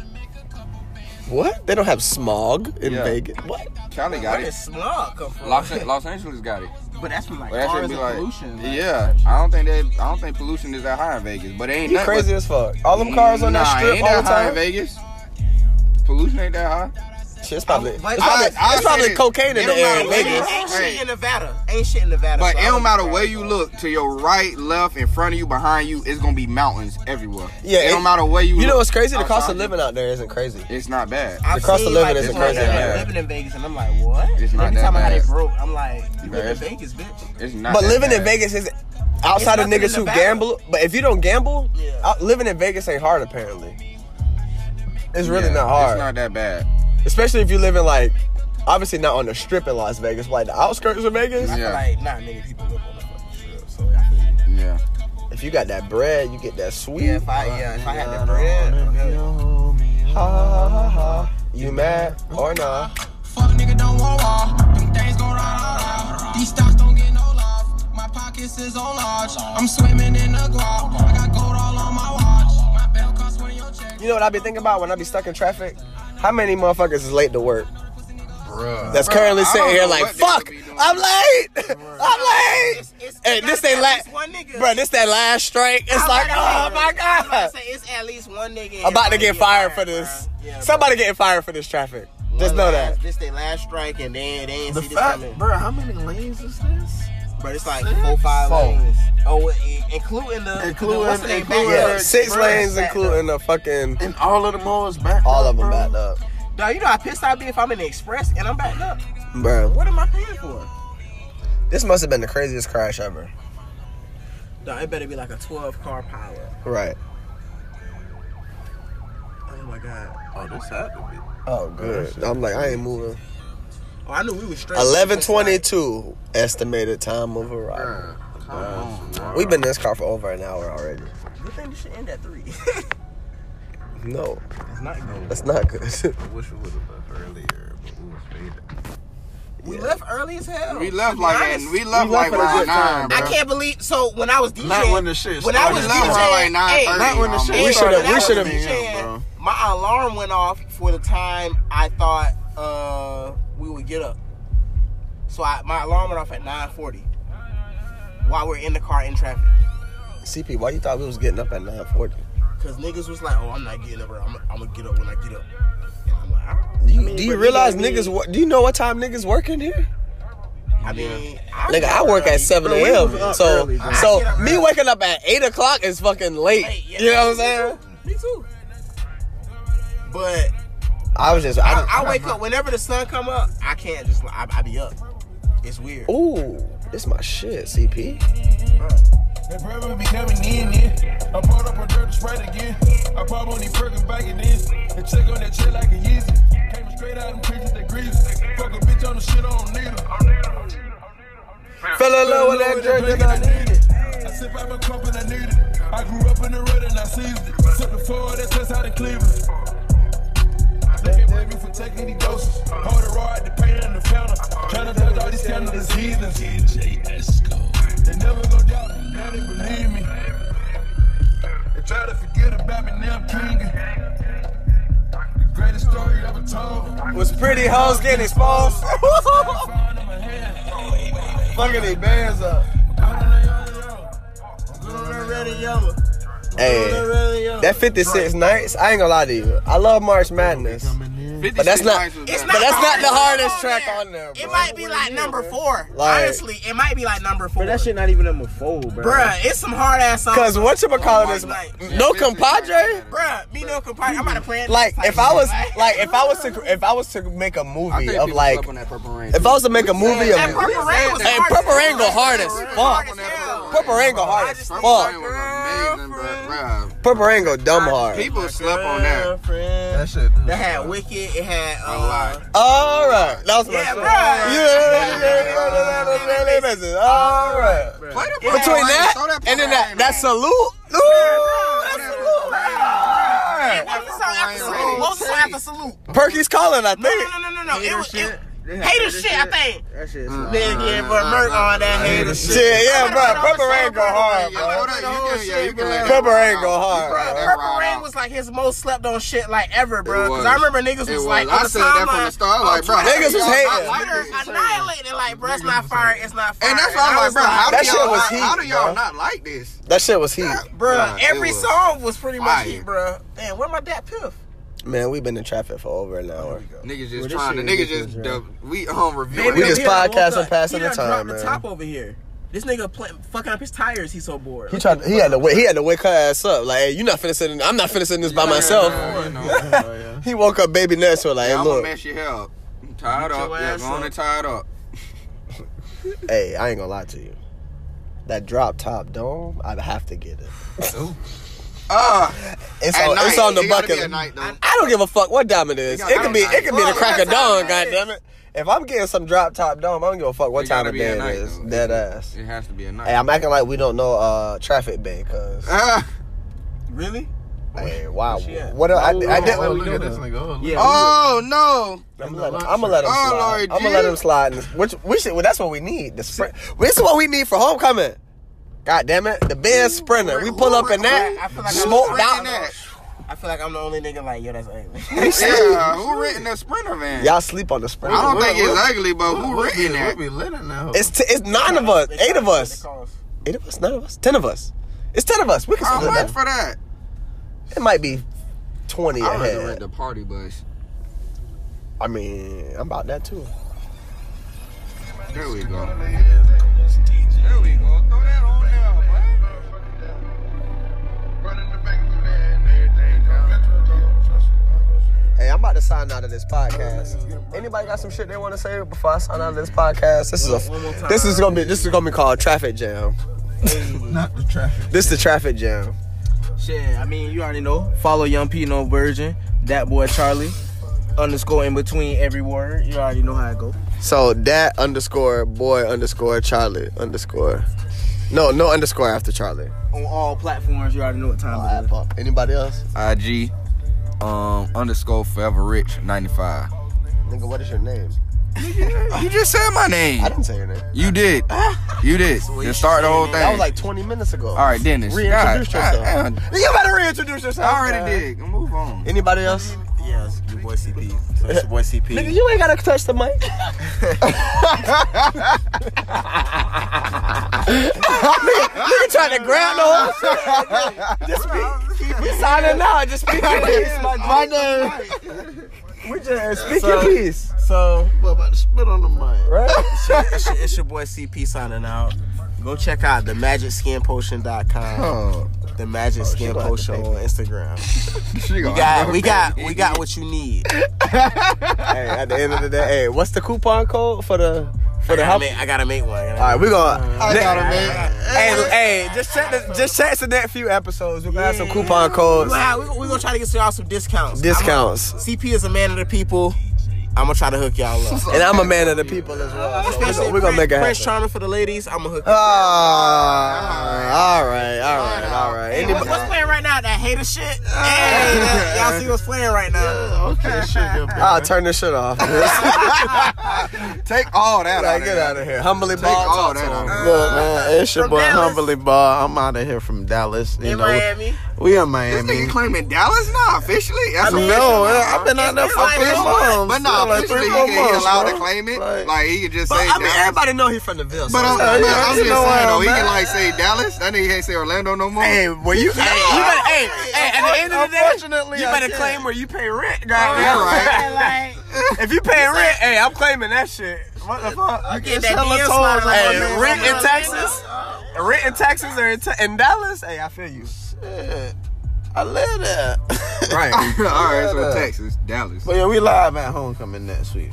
Speaker 1: What? They don't have smog in
Speaker 2: Yeah.
Speaker 1: Vegas. What?
Speaker 2: Cali got
Speaker 3: Where
Speaker 2: it.
Speaker 3: does smog come from?
Speaker 2: Los, Los Angeles got it.
Speaker 10: But that's from like
Speaker 2: But that
Speaker 10: cars
Speaker 2: should
Speaker 10: and
Speaker 2: be like,
Speaker 10: pollution. like-
Speaker 2: yeah. I don't think that. I don't think pollution is that high in Vegas. But it ain't
Speaker 1: You
Speaker 2: nothing
Speaker 1: crazy
Speaker 2: but-
Speaker 1: as fuck. All them cars on that
Speaker 2: Nah,
Speaker 1: strip
Speaker 2: ain't
Speaker 1: all
Speaker 2: that
Speaker 1: the
Speaker 2: high in
Speaker 1: time.
Speaker 2: Vegas. Pollution ain't that high.
Speaker 1: Shit, it's probably it's
Speaker 2: but-
Speaker 1: probably,
Speaker 2: I-
Speaker 1: it's
Speaker 2: I
Speaker 1: probably
Speaker 2: say this.
Speaker 1: cocaine in
Speaker 2: It
Speaker 1: the
Speaker 2: don't
Speaker 1: air in
Speaker 2: matter what
Speaker 1: Vegas.
Speaker 2: it
Speaker 3: Ain't
Speaker 2: Hey.
Speaker 3: shit in Nevada. Ain't shit in Nevada.
Speaker 2: But
Speaker 3: so
Speaker 2: it
Speaker 3: I
Speaker 2: don't matter where
Speaker 3: care.
Speaker 2: you look, to your right, left, in front of you, behind you, it's gonna be mountains everywhere.
Speaker 1: Yeah,
Speaker 2: it, don't matter where you.
Speaker 1: You
Speaker 2: look,
Speaker 1: know what's crazy? The cost of
Speaker 2: outside,
Speaker 1: living out there isn't crazy.
Speaker 2: It's not bad.
Speaker 3: I've
Speaker 1: the cost of
Speaker 3: seen,
Speaker 1: living
Speaker 3: like,
Speaker 1: isn't
Speaker 3: people
Speaker 1: crazy
Speaker 3: that
Speaker 1: out
Speaker 3: are
Speaker 1: there.
Speaker 3: Living in Vegas, and I'm like, what?
Speaker 2: It's not
Speaker 3: Every
Speaker 2: that
Speaker 3: time I got
Speaker 2: bad.
Speaker 3: it broke, I'm like, you live in
Speaker 2: It's-
Speaker 3: Vegas, bitch.
Speaker 2: It's not.
Speaker 1: But
Speaker 2: that
Speaker 1: living
Speaker 2: bad.
Speaker 1: in Vegas is outside of
Speaker 3: nothing in
Speaker 1: niggas who
Speaker 3: Nevada.
Speaker 1: gamble. But if you don't gamble,
Speaker 3: Yeah.
Speaker 1: out- living in Vegas ain't hard apparently. It's really
Speaker 2: Yeah,
Speaker 1: not hard,
Speaker 2: It's not that bad.
Speaker 1: especially if you live in like, obviously not on the strip in Las Vegas, but like the outskirts of Vegas.
Speaker 3: I
Speaker 2: Yeah.
Speaker 3: feel like, nah, nigga, people live on the fucking strip, so I feel you.
Speaker 2: Yeah.
Speaker 1: If you got that bread, you get that sweet.
Speaker 3: Yeah, if I, yeah, if I had the bread, yeah.
Speaker 1: ha, ha, ha. Uh-huh. You mad or not?
Speaker 6: Fuck nigga don't want war. Them things gon' rah rah rah. These stocks don't get no love. My pockets is on large. I'm swimming in the guap. I got gold all on my watch. My bell costs when your check.
Speaker 1: You know what I be thinking about when I be stuck in traffic? How many motherfuckers is late to work?
Speaker 17: Bruh.
Speaker 1: That's currently
Speaker 2: I
Speaker 1: sitting
Speaker 2: don't
Speaker 1: here
Speaker 2: know
Speaker 1: like,
Speaker 2: what they could
Speaker 1: fuck,
Speaker 2: be doing.
Speaker 1: I'm late, I'm late.
Speaker 3: It's- it's-
Speaker 1: Hey,
Speaker 3: it's
Speaker 1: this
Speaker 3: gotta
Speaker 1: ain't
Speaker 3: be
Speaker 1: la-
Speaker 3: at least one nigga.
Speaker 1: Bro, this that last strike. It's
Speaker 3: I'm
Speaker 1: like, oh
Speaker 3: about to say,
Speaker 1: my
Speaker 3: I'm about
Speaker 1: god,
Speaker 3: to say, it's at least one nigga. in
Speaker 1: I'm about to
Speaker 3: here
Speaker 1: get
Speaker 3: might
Speaker 1: fired for this.
Speaker 3: bruh. Yeah,
Speaker 1: Somebody getting fired for this traffic.
Speaker 3: bruh.
Speaker 1: Just
Speaker 3: One
Speaker 1: know
Speaker 3: last-
Speaker 1: that.
Speaker 3: This their last strike, and they, they ain't
Speaker 17: The
Speaker 3: see this
Speaker 17: fact,
Speaker 3: coming.
Speaker 17: bro, how many lanes is this?
Speaker 3: But it's like four, five
Speaker 1: Four.
Speaker 3: lanes. Oh, it- it- including the
Speaker 17: Including-
Speaker 3: the, what's the name,
Speaker 17: including-
Speaker 3: back-
Speaker 1: Yeah, six
Speaker 3: bruh,
Speaker 1: lanes
Speaker 3: back-
Speaker 1: including the fucking
Speaker 17: And all of them all is back.
Speaker 1: all of
Speaker 17: bro.
Speaker 1: them backed up,
Speaker 3: Dawg, you know how pissed I'd be if I'm in the express and I'm backed up.
Speaker 1: bro.
Speaker 3: What am I paying for?
Speaker 1: This must have been the craziest crash ever.
Speaker 3: Dawg, it better be like a 12 car pile.
Speaker 1: Right.
Speaker 3: Oh my god.
Speaker 17: Oh, this had to be.
Speaker 1: Oh, good. I'm like, I ain't moving.
Speaker 3: Oh, I knew we was straight.
Speaker 1: Eleven twenty-two estimated time of arrival. We've been in this car for over an hour already.
Speaker 3: Good thing this should end at three.
Speaker 1: No,
Speaker 17: It's not good.
Speaker 1: that's not good.
Speaker 17: I wish we would have left earlier, but we was faded.
Speaker 3: we left early as hell.
Speaker 2: We left
Speaker 3: To be
Speaker 2: like at,
Speaker 3: honest.
Speaker 2: we left
Speaker 1: We left
Speaker 2: like
Speaker 1: at a
Speaker 2: around
Speaker 1: good
Speaker 2: nine.
Speaker 1: time,
Speaker 2: Bro.
Speaker 3: I can't believe. So when I was DJing,
Speaker 17: Not when the shit
Speaker 3: when I
Speaker 17: started.
Speaker 3: was
Speaker 2: We left around like
Speaker 3: DJing,
Speaker 2: nine
Speaker 3: hey,
Speaker 2: thirty.
Speaker 17: Not when the shit
Speaker 3: Hey,
Speaker 1: We should've-
Speaker 3: when I
Speaker 1: we
Speaker 3: was
Speaker 1: should've-
Speaker 3: DJing,
Speaker 17: bro.
Speaker 3: My alarm went off for the time I thought uh, we would get up. So I, my alarm went off at 9:40 while we're in the car in traffic.
Speaker 1: CP, why you thought we was getting up at nine forty?
Speaker 3: Cause niggas was like, "Oh, I'm not getting up. early. I'm, I'm gonna get up when I get up." And I'm like, "All right."
Speaker 1: Do you,
Speaker 3: mean,
Speaker 1: do you
Speaker 3: but nigga,
Speaker 1: realize
Speaker 3: I mean-
Speaker 1: niggas? What, do you know what time niggas working here?
Speaker 3: I mean, I
Speaker 1: Nigga, I work at seven a.m. So, so
Speaker 3: bro.
Speaker 1: me waking up at eight o'clock is fucking late.
Speaker 3: Late, yeah.
Speaker 1: You know what I'm saying?
Speaker 3: Me too. But
Speaker 1: I was just, I,
Speaker 3: I,
Speaker 1: don't-
Speaker 3: I wake up whenever the sun come up. I can't just like I, I be up. It's weird.
Speaker 1: ooh, this my shit, CP.
Speaker 6: That brother be coming in, yeah. I bought up a dirt spread again. I pop on the perkin back and then. And check on that shit like a Yeezy. Came straight out of pictures that grease. Fuck a bitch on the shit, I don't need her.
Speaker 1: Fell in love with that drink and I need it.
Speaker 6: I sip out my cup and I need it. I grew up in the red and I seized it. Sip the four, that's just how they Cleveland. They can't blame me for taking any doses. Hold the rod, the pain and the fountain. Trying to touch all these kind of diseases. They never go doubt me, now they believe me. They try to forget about me, now I'm king. The greatest story ever told.
Speaker 1: Was pretty hoes getting exposed. Fucking they bands up. Hey, that 56 nights, I ain't gonna lie to you. I love March Madness.
Speaker 3: Fifty
Speaker 1: But that's
Speaker 3: Cent
Speaker 1: not.
Speaker 3: Nights was
Speaker 1: But that's
Speaker 3: better. It's not
Speaker 1: not the
Speaker 3: hard.
Speaker 1: hardest
Speaker 3: Oh,
Speaker 1: track
Speaker 3: man.
Speaker 1: on there.
Speaker 3: It might be like number four.
Speaker 1: Like-
Speaker 3: Honestly, it might be like number four.
Speaker 4: Bro, that shit not even number four, bro.
Speaker 3: Bruh, it's some hard ass songs.
Speaker 1: Cause what you call this? No compadre.
Speaker 3: Bruh, me no compadre. I'm about to plan.
Speaker 1: Like if I was like if I was to if I was to make a movie of like if I was to make a movie of
Speaker 3: That Purple Rain was
Speaker 1: hey
Speaker 3: hard as
Speaker 1: Purple Rain
Speaker 3: hell.
Speaker 1: go hard as fuck Purple Rain go hard as fuck Purple Rain go dumb hard
Speaker 2: People slept on that.
Speaker 18: That shit.
Speaker 3: That had Wicked. It had uh,
Speaker 1: all right that was my
Speaker 3: Yeah,
Speaker 1: shit.
Speaker 3: bruh.
Speaker 1: yeah all right between that and then that that salute
Speaker 3: It was the song after salute. What was the song after salute?
Speaker 1: Ooh, Perky's calling I think
Speaker 3: No, no, no, no. It was it,
Speaker 4: They had
Speaker 3: hater
Speaker 4: that
Speaker 3: shit. I think.
Speaker 4: That shit.
Speaker 17: Mm.
Speaker 3: Then again, but Merc on that hater shit.
Speaker 1: shit yeah
Speaker 3: Purple
Speaker 1: bro Purple Rain go hard bro Purple Rain go hard bro.
Speaker 3: Purple Rain was like his most slept on shit like ever, bro. Because
Speaker 2: was.
Speaker 3: I remember niggas was,
Speaker 2: It was.
Speaker 3: like,
Speaker 2: I
Speaker 3: on
Speaker 2: said that from
Speaker 3: timeline,
Speaker 2: the start. Like,
Speaker 3: on
Speaker 2: bro,
Speaker 3: Twitter,
Speaker 1: Niggas was
Speaker 2: y'all
Speaker 1: hating.
Speaker 2: not like
Speaker 3: Twitter
Speaker 2: this?
Speaker 3: annihilated like, bro, it's not fire, it's not fire.
Speaker 2: And that's why I was like, bro, how
Speaker 1: That
Speaker 2: do y'all
Speaker 1: shit was
Speaker 2: not-
Speaker 1: heat,
Speaker 2: how do y'all
Speaker 1: bro.
Speaker 2: not like this?
Speaker 1: that shit was heat
Speaker 3: bro.
Speaker 2: Nah, it
Speaker 3: every
Speaker 2: was
Speaker 3: song was pretty much
Speaker 2: fire.
Speaker 3: heat, bro. Damn, where my dad piff?
Speaker 1: man we've been in traffic for over an hour
Speaker 2: Niggas
Speaker 4: Well,
Speaker 2: just
Speaker 4: this
Speaker 2: trying to.
Speaker 4: shit
Speaker 2: Niggas just
Speaker 4: ridiculous,
Speaker 2: dub- we um reviewing.
Speaker 1: We
Speaker 2: it.
Speaker 1: just podcasting, passing the time,
Speaker 3: The
Speaker 1: man.
Speaker 3: top over here. This nigga play, fucking up his tires. He's so bored.
Speaker 1: He tried. He had to wake. He had to wake her ass up. Like, hey, you not finna sit. In, I'm not finna sit in this by myself.
Speaker 2: Yeah, you know.
Speaker 1: He woke up baby next to her. Like, hey,
Speaker 2: I'm gonna
Speaker 1: look,
Speaker 2: mess your hair up. I'm tied
Speaker 3: Get
Speaker 2: up.
Speaker 3: your
Speaker 2: Yeah,
Speaker 3: ass
Speaker 2: go on
Speaker 3: up.
Speaker 2: and tie it up.
Speaker 1: hey, I ain't gonna lie to you. That drop top dome, I'd have to get it.
Speaker 2: Ah,
Speaker 1: It's
Speaker 2: at
Speaker 1: on.
Speaker 2: night.
Speaker 1: It's on the
Speaker 2: It gotta be
Speaker 1: bucket.
Speaker 2: at night, though.
Speaker 1: I don't give a fuck what dime it is.
Speaker 2: It
Speaker 1: It,
Speaker 2: gotta
Speaker 1: could
Speaker 2: be
Speaker 1: be.
Speaker 2: at night.
Speaker 1: It could be the
Speaker 3: Fuck,
Speaker 1: crack of
Speaker 3: what time
Speaker 1: dawn.
Speaker 3: it is?
Speaker 1: Goddamn it! If I'm getting some drop top dome, I don't give a fuck what
Speaker 2: It
Speaker 1: time
Speaker 2: gotta
Speaker 1: of
Speaker 2: be
Speaker 1: day
Speaker 2: at
Speaker 1: it
Speaker 2: night,
Speaker 1: is.
Speaker 2: though.
Speaker 1: Dead ass.
Speaker 2: It has to be at night.
Speaker 1: Hey, I'm acting like we don't know uh traffic bay, cause
Speaker 2: Ah.
Speaker 3: Really?
Speaker 1: hey, wow.
Speaker 3: she at?
Speaker 1: What I, I, I did.
Speaker 18: Oh, look at this nigga. Oh, look.
Speaker 4: Yeah.
Speaker 2: Oh no!
Speaker 1: I'm gonna let him, I'm gonna let him
Speaker 2: Oh,
Speaker 1: slide.
Speaker 2: Lord,
Speaker 1: I'm gonna let
Speaker 2: yeah.
Speaker 1: him slide. in this- Which we should. Well, that's what we need. The sprint. This is what we need for homecoming. God damn it, the Benz Sprinter. We pull up in
Speaker 3: I
Speaker 1: that,
Speaker 3: feel like
Speaker 1: smoked
Speaker 3: I'm the
Speaker 1: out.
Speaker 3: only nigga- I feel like I'm the only nigga like yo, that's ugly.
Speaker 2: Yeah, who written the Sprinter van?
Speaker 1: Y'all sleep on the
Speaker 2: I
Speaker 1: Sprinter.
Speaker 2: don't think it's ugly, but who written
Speaker 18: We'll
Speaker 2: that?
Speaker 18: be lit in that.
Speaker 1: It's t- it's nine of us, eight of us,
Speaker 3: Because-
Speaker 1: eight of us, nine of us, ten of us. It's ten of us. We can
Speaker 2: How
Speaker 1: split
Speaker 2: much
Speaker 1: that.
Speaker 2: for that?
Speaker 1: It might be twenty
Speaker 2: I rather rent
Speaker 1: ahead.
Speaker 2: the party bus.
Speaker 1: I mean, I'm about that too.
Speaker 2: There we go. There we go. Throw that on there, boy.
Speaker 1: Hey, I'm about to sign out of this podcast. Anybody got some shit they want to say before I sign out of this podcast? This is a this is gonna be this is gonna be called traffic jam.
Speaker 18: not the traffic.
Speaker 1: This is the traffic jam.
Speaker 4: Shit, I mean, you already know. Follow Young P No Virgin. That boy Charlie. Underscore in between every word. You already know how it go.
Speaker 1: So that underscore boy underscore Charlie underscore. No, no underscore after Charlie.
Speaker 4: On all platforms, you already know what time it is.
Speaker 1: Anybody else?
Speaker 2: IG um underscore forever rich 95.
Speaker 1: Nigga, what is your name?
Speaker 2: You just said my name.
Speaker 1: I didn't say your name.
Speaker 2: You did. You did. Just start the whole thing.
Speaker 1: That was like 20 minutes ago.
Speaker 2: All right, Dennis.
Speaker 1: Reintroduce
Speaker 2: God,
Speaker 1: yourself.
Speaker 2: God,
Speaker 1: You better reintroduce yourself.
Speaker 2: I already
Speaker 1: man.
Speaker 2: did. Move on.
Speaker 1: Anybody else?
Speaker 3: Yeah, it's your boy CP. So it's your boy
Speaker 1: Nigga,
Speaker 3: CP.
Speaker 1: you ain't gotta touch the mic. nigga, nigga trying to grab the whole shit. Just speak. We signing out. Just speak your peace. My, name. We just speak your peace.
Speaker 3: So
Speaker 1: Right?
Speaker 3: it's your, it's your boy CP signing out. Go check out the magicskinpotion.com.
Speaker 2: Oh,
Speaker 3: The Magic Skin
Speaker 1: gonna have
Speaker 3: Post
Speaker 1: to
Speaker 3: Show
Speaker 1: pay
Speaker 3: on Instagram.
Speaker 2: She
Speaker 3: We got, we got, we got what you need.
Speaker 1: hey, at the end of the day, hey, what's the coupon code for the for
Speaker 3: I
Speaker 1: the
Speaker 3: gotta
Speaker 1: help?
Speaker 3: make, I gotta make one. I gotta
Speaker 1: All right, we're gonna.
Speaker 2: I got it, man.
Speaker 1: Hey, hey, just check the just check the next few episodes. We're gonna have some coupon codes,
Speaker 3: Wow, we, we gonna try to get y'all some discounts.
Speaker 1: discounts,
Speaker 3: I'ma- CP is a man of the people. I'm gonna try to hook y'all up.
Speaker 1: and I'm a man of the people as well. So we're gonna, we're gonna make it
Speaker 3: Prince
Speaker 1: happen.
Speaker 3: Charming for the ladies. I'm gonna hook.
Speaker 1: Oh,
Speaker 3: you up.
Speaker 19: Ah,
Speaker 1: all right, all right, all right.
Speaker 3: Hey, what's, what's
Speaker 1: Anybody?
Speaker 3: playing right now? That hater shit. Hey,
Speaker 19: Ah,
Speaker 3: that- y'all see what's playing right now?
Speaker 1: I'll turn this shit off.
Speaker 2: Take all that
Speaker 1: Like,
Speaker 2: out of
Speaker 1: get
Speaker 2: here.
Speaker 1: out of here. Humbly
Speaker 2: Take
Speaker 1: ball,
Speaker 2: all
Speaker 1: talk
Speaker 2: that
Speaker 1: to
Speaker 2: out of here.
Speaker 19: Look, man, it's your
Speaker 2: from
Speaker 19: boy
Speaker 2: Dallas?
Speaker 19: Humbly Ball. I'm out of here from Dallas. You
Speaker 2: In
Speaker 19: know,
Speaker 2: Miami?
Speaker 19: We in
Speaker 2: This
Speaker 19: Miami.
Speaker 2: nigga claiming Dallas? Nah, officially? That's
Speaker 19: I mean,
Speaker 2: official.
Speaker 19: no,
Speaker 2: nah.
Speaker 19: I've been out there for
Speaker 2: Like,
Speaker 19: three
Speaker 2: it's
Speaker 19: months.
Speaker 2: But
Speaker 19: Yeah,
Speaker 2: nah,
Speaker 19: like three,
Speaker 2: officially, he,
Speaker 19: four
Speaker 2: can, he
Speaker 19: months,
Speaker 2: allowed to
Speaker 19: bro.
Speaker 2: claim it.
Speaker 19: Like-
Speaker 2: Like, he can just
Speaker 3: But
Speaker 2: say
Speaker 3: I mean,
Speaker 2: Dallas.
Speaker 3: everybody know he from the Ville. so
Speaker 2: But I'm,
Speaker 3: it's
Speaker 2: but
Speaker 3: not-
Speaker 2: I'm just
Speaker 19: you know
Speaker 2: saying,
Speaker 19: what,
Speaker 2: though, he
Speaker 19: man.
Speaker 2: can like say Dallas. That nigga can't say Orlando no more.
Speaker 1: Hey, were you? Hey,
Speaker 3: you better, hey, hey, at the end of the day,
Speaker 19: Unfortunately,
Speaker 3: you
Speaker 19: I
Speaker 3: better
Speaker 19: can't.
Speaker 3: claim where you pay rent.
Speaker 2: yeah,
Speaker 3: goddamn.
Speaker 2: right.
Speaker 3: if you paying rent, hey, I'm claiming that shit. What the fuck? You
Speaker 20: get that DM slide on
Speaker 3: Hey,
Speaker 20: my man.
Speaker 3: rent in Texas, rent in Texas or in, te- in Dallas? Hey, I feel you.
Speaker 19: Shit. I live there.
Speaker 1: Right.
Speaker 2: All right, so
Speaker 19: Yeah.
Speaker 2: Texas, Dallas.
Speaker 19: but yeah, we live at homecoming next week.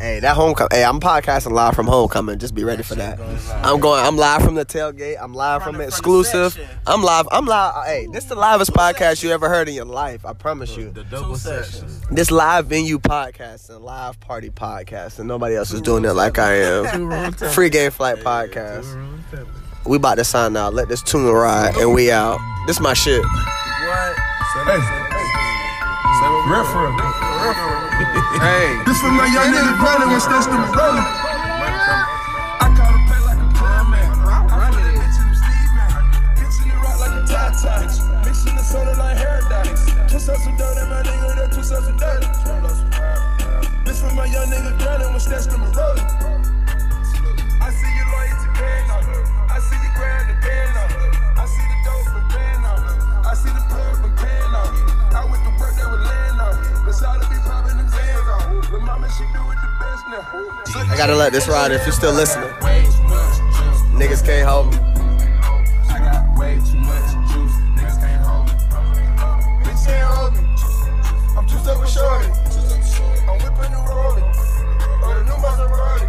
Speaker 1: Hey, that homecoming. Hey, I'm podcasting live from homecoming. Just be ready for that. I'm going. I'm live from the tailgate. I'm live from, exclusive. I'm live. I'm live. Hey, this the livest podcast you ever heard in your life. I promise you.
Speaker 19: double sessions.
Speaker 1: This live venue podcast and live party podcast, and nobody else is doing it like I am. Free game flight podcast. We about to sign out. Let this tune ride, and we out. This my shit.
Speaker 6: Referral.
Speaker 2: Hey.
Speaker 6: This for my young nigga brother when Steph to my brother. I call the play like a club man. I feel it, bitch, and I'm Steve man. Bitching the rock like a tie tie. Mixing the soda like Herodox. Two subs of dirt and my nigga, there two subs of dirt. This for my young nigga brother when Steph to my brother. I see you loyal to Ben. I see you grab the Ben. I see the dope for Ben. I see the plug for Ben. I went to work, they were laying on me. Let's all be popping them Zans off. The mama, she do it the best now.
Speaker 1: I gotta let this ride if you're still listening. Niggas can't hold me.
Speaker 6: I got way too much juice. Niggas can't hold me. Bitch can't hold me. I'm juiced up with shorty. I'm whipping the rolling. Or the new Maserati.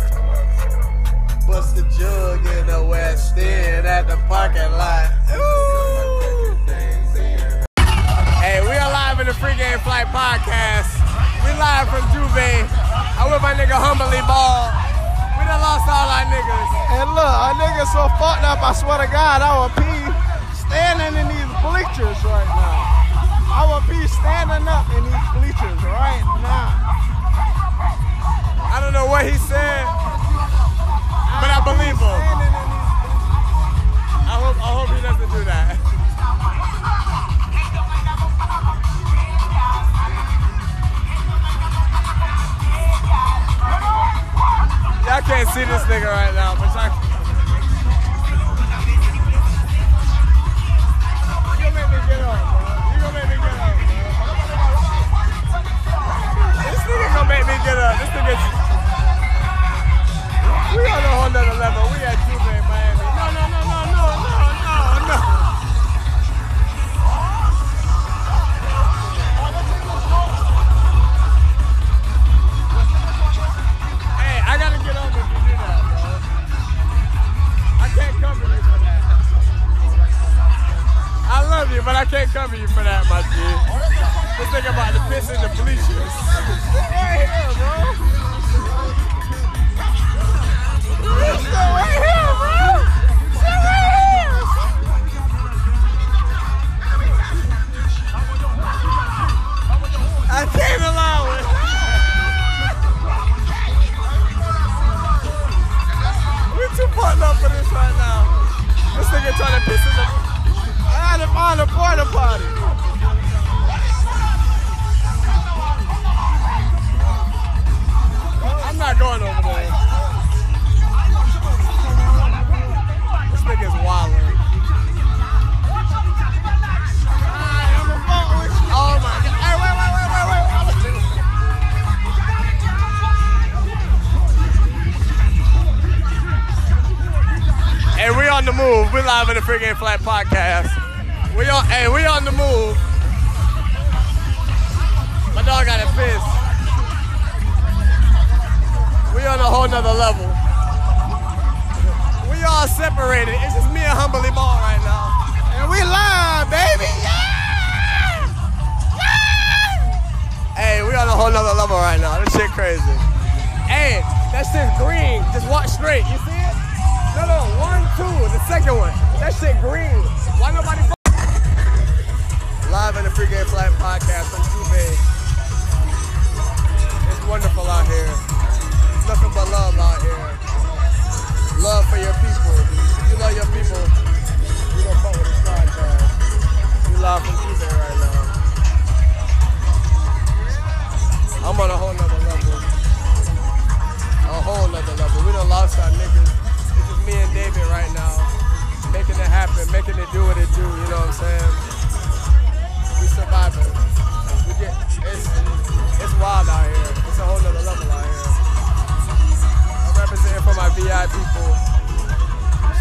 Speaker 1: Bust the jug in the West End at the parking lot.
Speaker 3: Hey, we are live in the Free Game Flight podcast. We live from Juve. I'm with my nigga Humbly Ball. We done lost all our niggas.
Speaker 1: And look, our niggas so fucked up, I swear to God, I would pee standing in these bleachers right now. I would pee standing up in these bleachers right now.
Speaker 3: I don't know what he said, but I believe him. I hope, I hope he doesn't do that. Y'all can't see this nigga right now, but y'all. You gonna make me get up, man. You gonna make me get up, man. This nigga gonna make me get up. This nigga's. We on a whole nother level. We at Juve in Miami. No, no, no, no, no, no, no, no. Hey, I gotta get up if you do that, bro. I can't cover you for that. I love you, but I can't cover you for that, my G. Just think about the piss in the bleachers. Right here, bro. This shit right here, bro. Shit right here. I can't allow it. We're too fucked up for this right now. This nigga trying to piss in the. I had him on the porta potty. I'm not going over there. This nigga's wilding. Oh my god. Hey, wait, wait, wait, wait, wait. I'm gonna do this. Hey, we on the move. We live in the Free Game Flat podcast. We on, hey, we on the move. My dog got a piss. We on a whole nother level. We all separated. It's just me and Humbly Ball right now. And we live, baby. Yeah! Yeah! Hey, we on a whole nother level right now. This shit crazy. Hey, that shit's green. Just walk straight. You see it? No, no, one, two, the second one. That shit green. Why nobody? fu- Live in the Free Game Flight podcast on Juve. It's wonderful out here. Nothing but
Speaker 1: love out here. Love for your people. You love your people. You don't fuck with this podcast. You live from Cuban right now. I'm on a whole nother level. A whole nother level. We done lost our niggas. It's just me and David right now. Making it happen, making it do what it do, you know what I'm saying? We surviving. We get it's it's wild out here. It's a whole nother level out here. I'm representing for my VI people.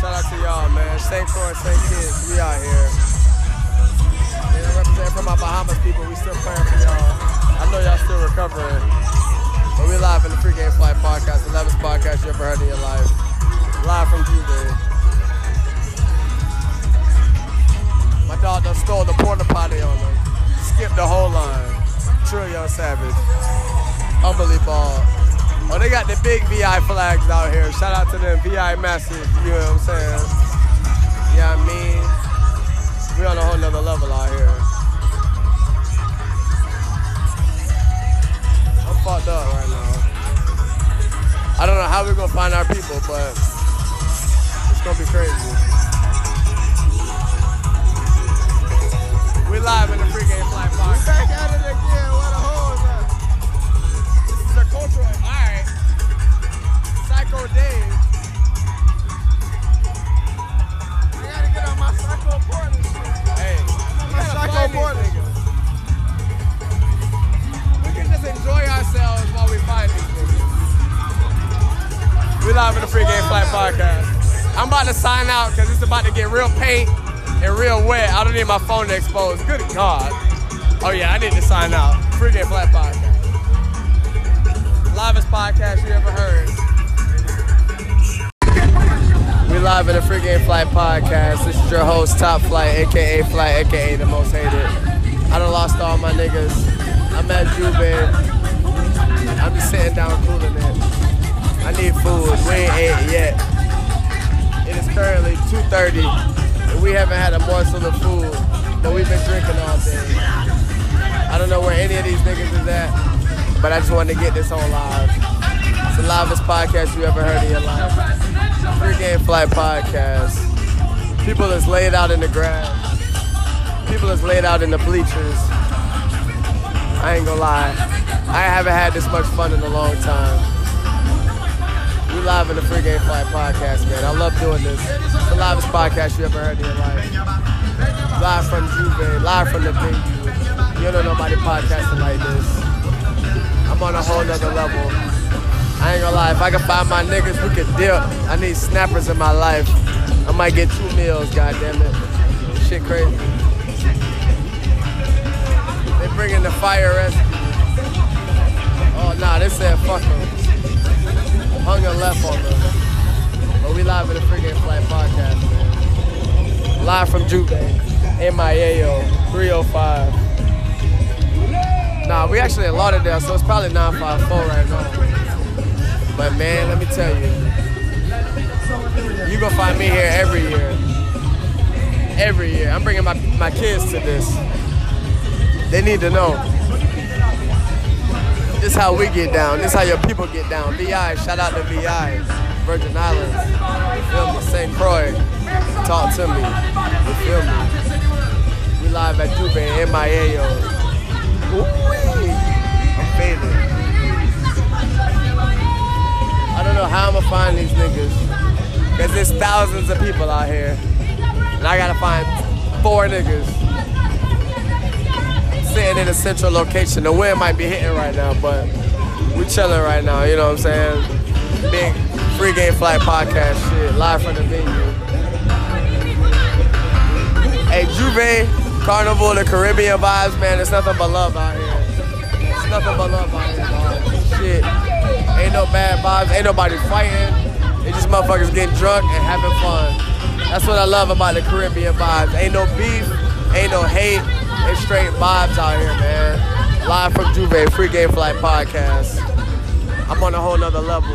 Speaker 1: Shout out to y'all, man. St. Croix, St. Kitts, we out here. And I'm representing for my Bahamas people. We still praying for y'all. I know y'all still recovering. But we live in the pregame flight podcast, the loudest podcast you ever heard in your life. Live from Cuba. My dog done stole the porta potty on them. Skipped the whole line. Trillion Savage. Unbelievable. Oh, they got the big VI flags out here. Shout out to them VI massive. You know what I'm saying? Yeah, I mean, we on a whole nother level out here. I'm fucked up right now. I don't know how we're gonna find our people, but it's gonna be crazy. We live in the pregame flight box. Back at it again. What a hole is that? This is a cultural. All right. Psycho Dave. I gotta get on my psycho Portland shit. Hey, my psycho Portland. We can just enjoy ourselves while we find these niggas. We live in the pregame flight podcast. I'm about to sign out because it's about to get real paint and real wet. I don't need my phone to expose. Good God. Oh yeah, I need to sign out. Pregame flight podcast. Livest podcast you ever heard. We live in the Free Game Flight podcast. This is your host, Top Flight, aka Flight, aka the most hated. I done lost all my niggas. I'm at Juve. I'm just sitting down cooling it. I need food. We ain't ate yet. It is currently 2.30 and we haven't had a morsel of food, but we've been drinking all day. I don't know where any of these niggas is at, but I just wanted to get this on live. It's the livest podcast you ever heard in your life. Free Game Flight Podcast. People is laid out in the grass. People is laid out in the bleachers. I ain't gonna lie. I haven't had this much fun in a long time. We live in the Free Game Flight podcast, man. I love doing this. It's the livest podcast you ever heard in your life. Live from Juve, live from the Big U. You don't know nobody podcasting like this. I'm on a whole nother level. I ain't gonna lie, if I can find my niggas, we could dip. I need snappers in my life. I might get two meals, goddammit. Shit crazy. They bringing the fire rescue. Oh, nah, they said fuck 'em hung and left on them. But we live in the Free Game Flight podcast, man. Live from Juve, MIAO, 305. Nah, we actually in Lauderdale, so it's probably 954 right now. But man, let me tell you, you gonna find me here every year. Every year. I'm bringing my, my kids to this. They need to know. This how we get down. This how your people get down. VI, shout out to VI, Virgin Islands. You feel me? St. Croix, talk to me. You feel me? We live at Cuba and MIAO. Ooh-wee. I'm faded. I don't know how I'm gonna find these niggas. Cause there's thousands of people out here. And I gotta find four niggas sitting in a central location. The wind might be hitting right now, but we chilling right now. You know what I'm saying? Big free game flight podcast shit live from the venue. Hey, Juve Carnival, the Caribbean vibes, man. It's nothing but love out here. It's nothing but love out here, dog. Shit, ain't no bad vibes. Ain't nobody fighting. It's just motherfuckers getting drunk and having fun. That's what I love about the Caribbean vibes. Ain't no beef. Ain't no hate. It's straight vibes out here, man. Live from Juve, Free Game Flight Podcast. I'm on a whole nother level.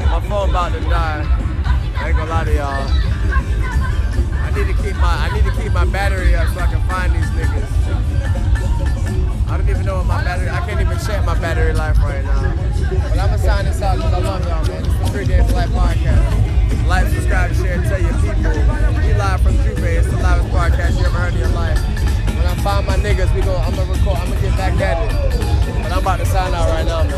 Speaker 1: My phone about to die. I ain't gonna lie to y'all. I need to keep my I need to keep my battery up so I can find these niggas. I don't even know what my battery. I can't even
Speaker 3: shit my battery life right now. But I'm gonna sign this out because I love y'all, man. It's the Free Game Flight Podcast. Like, subscribe, share, and tell your people. We live from Juve. It's the loudest podcast you ever heard in your life. When I find my niggas, we go. I'm gonna record. I'm gonna get back at it. But I'm about to sign out right now, man.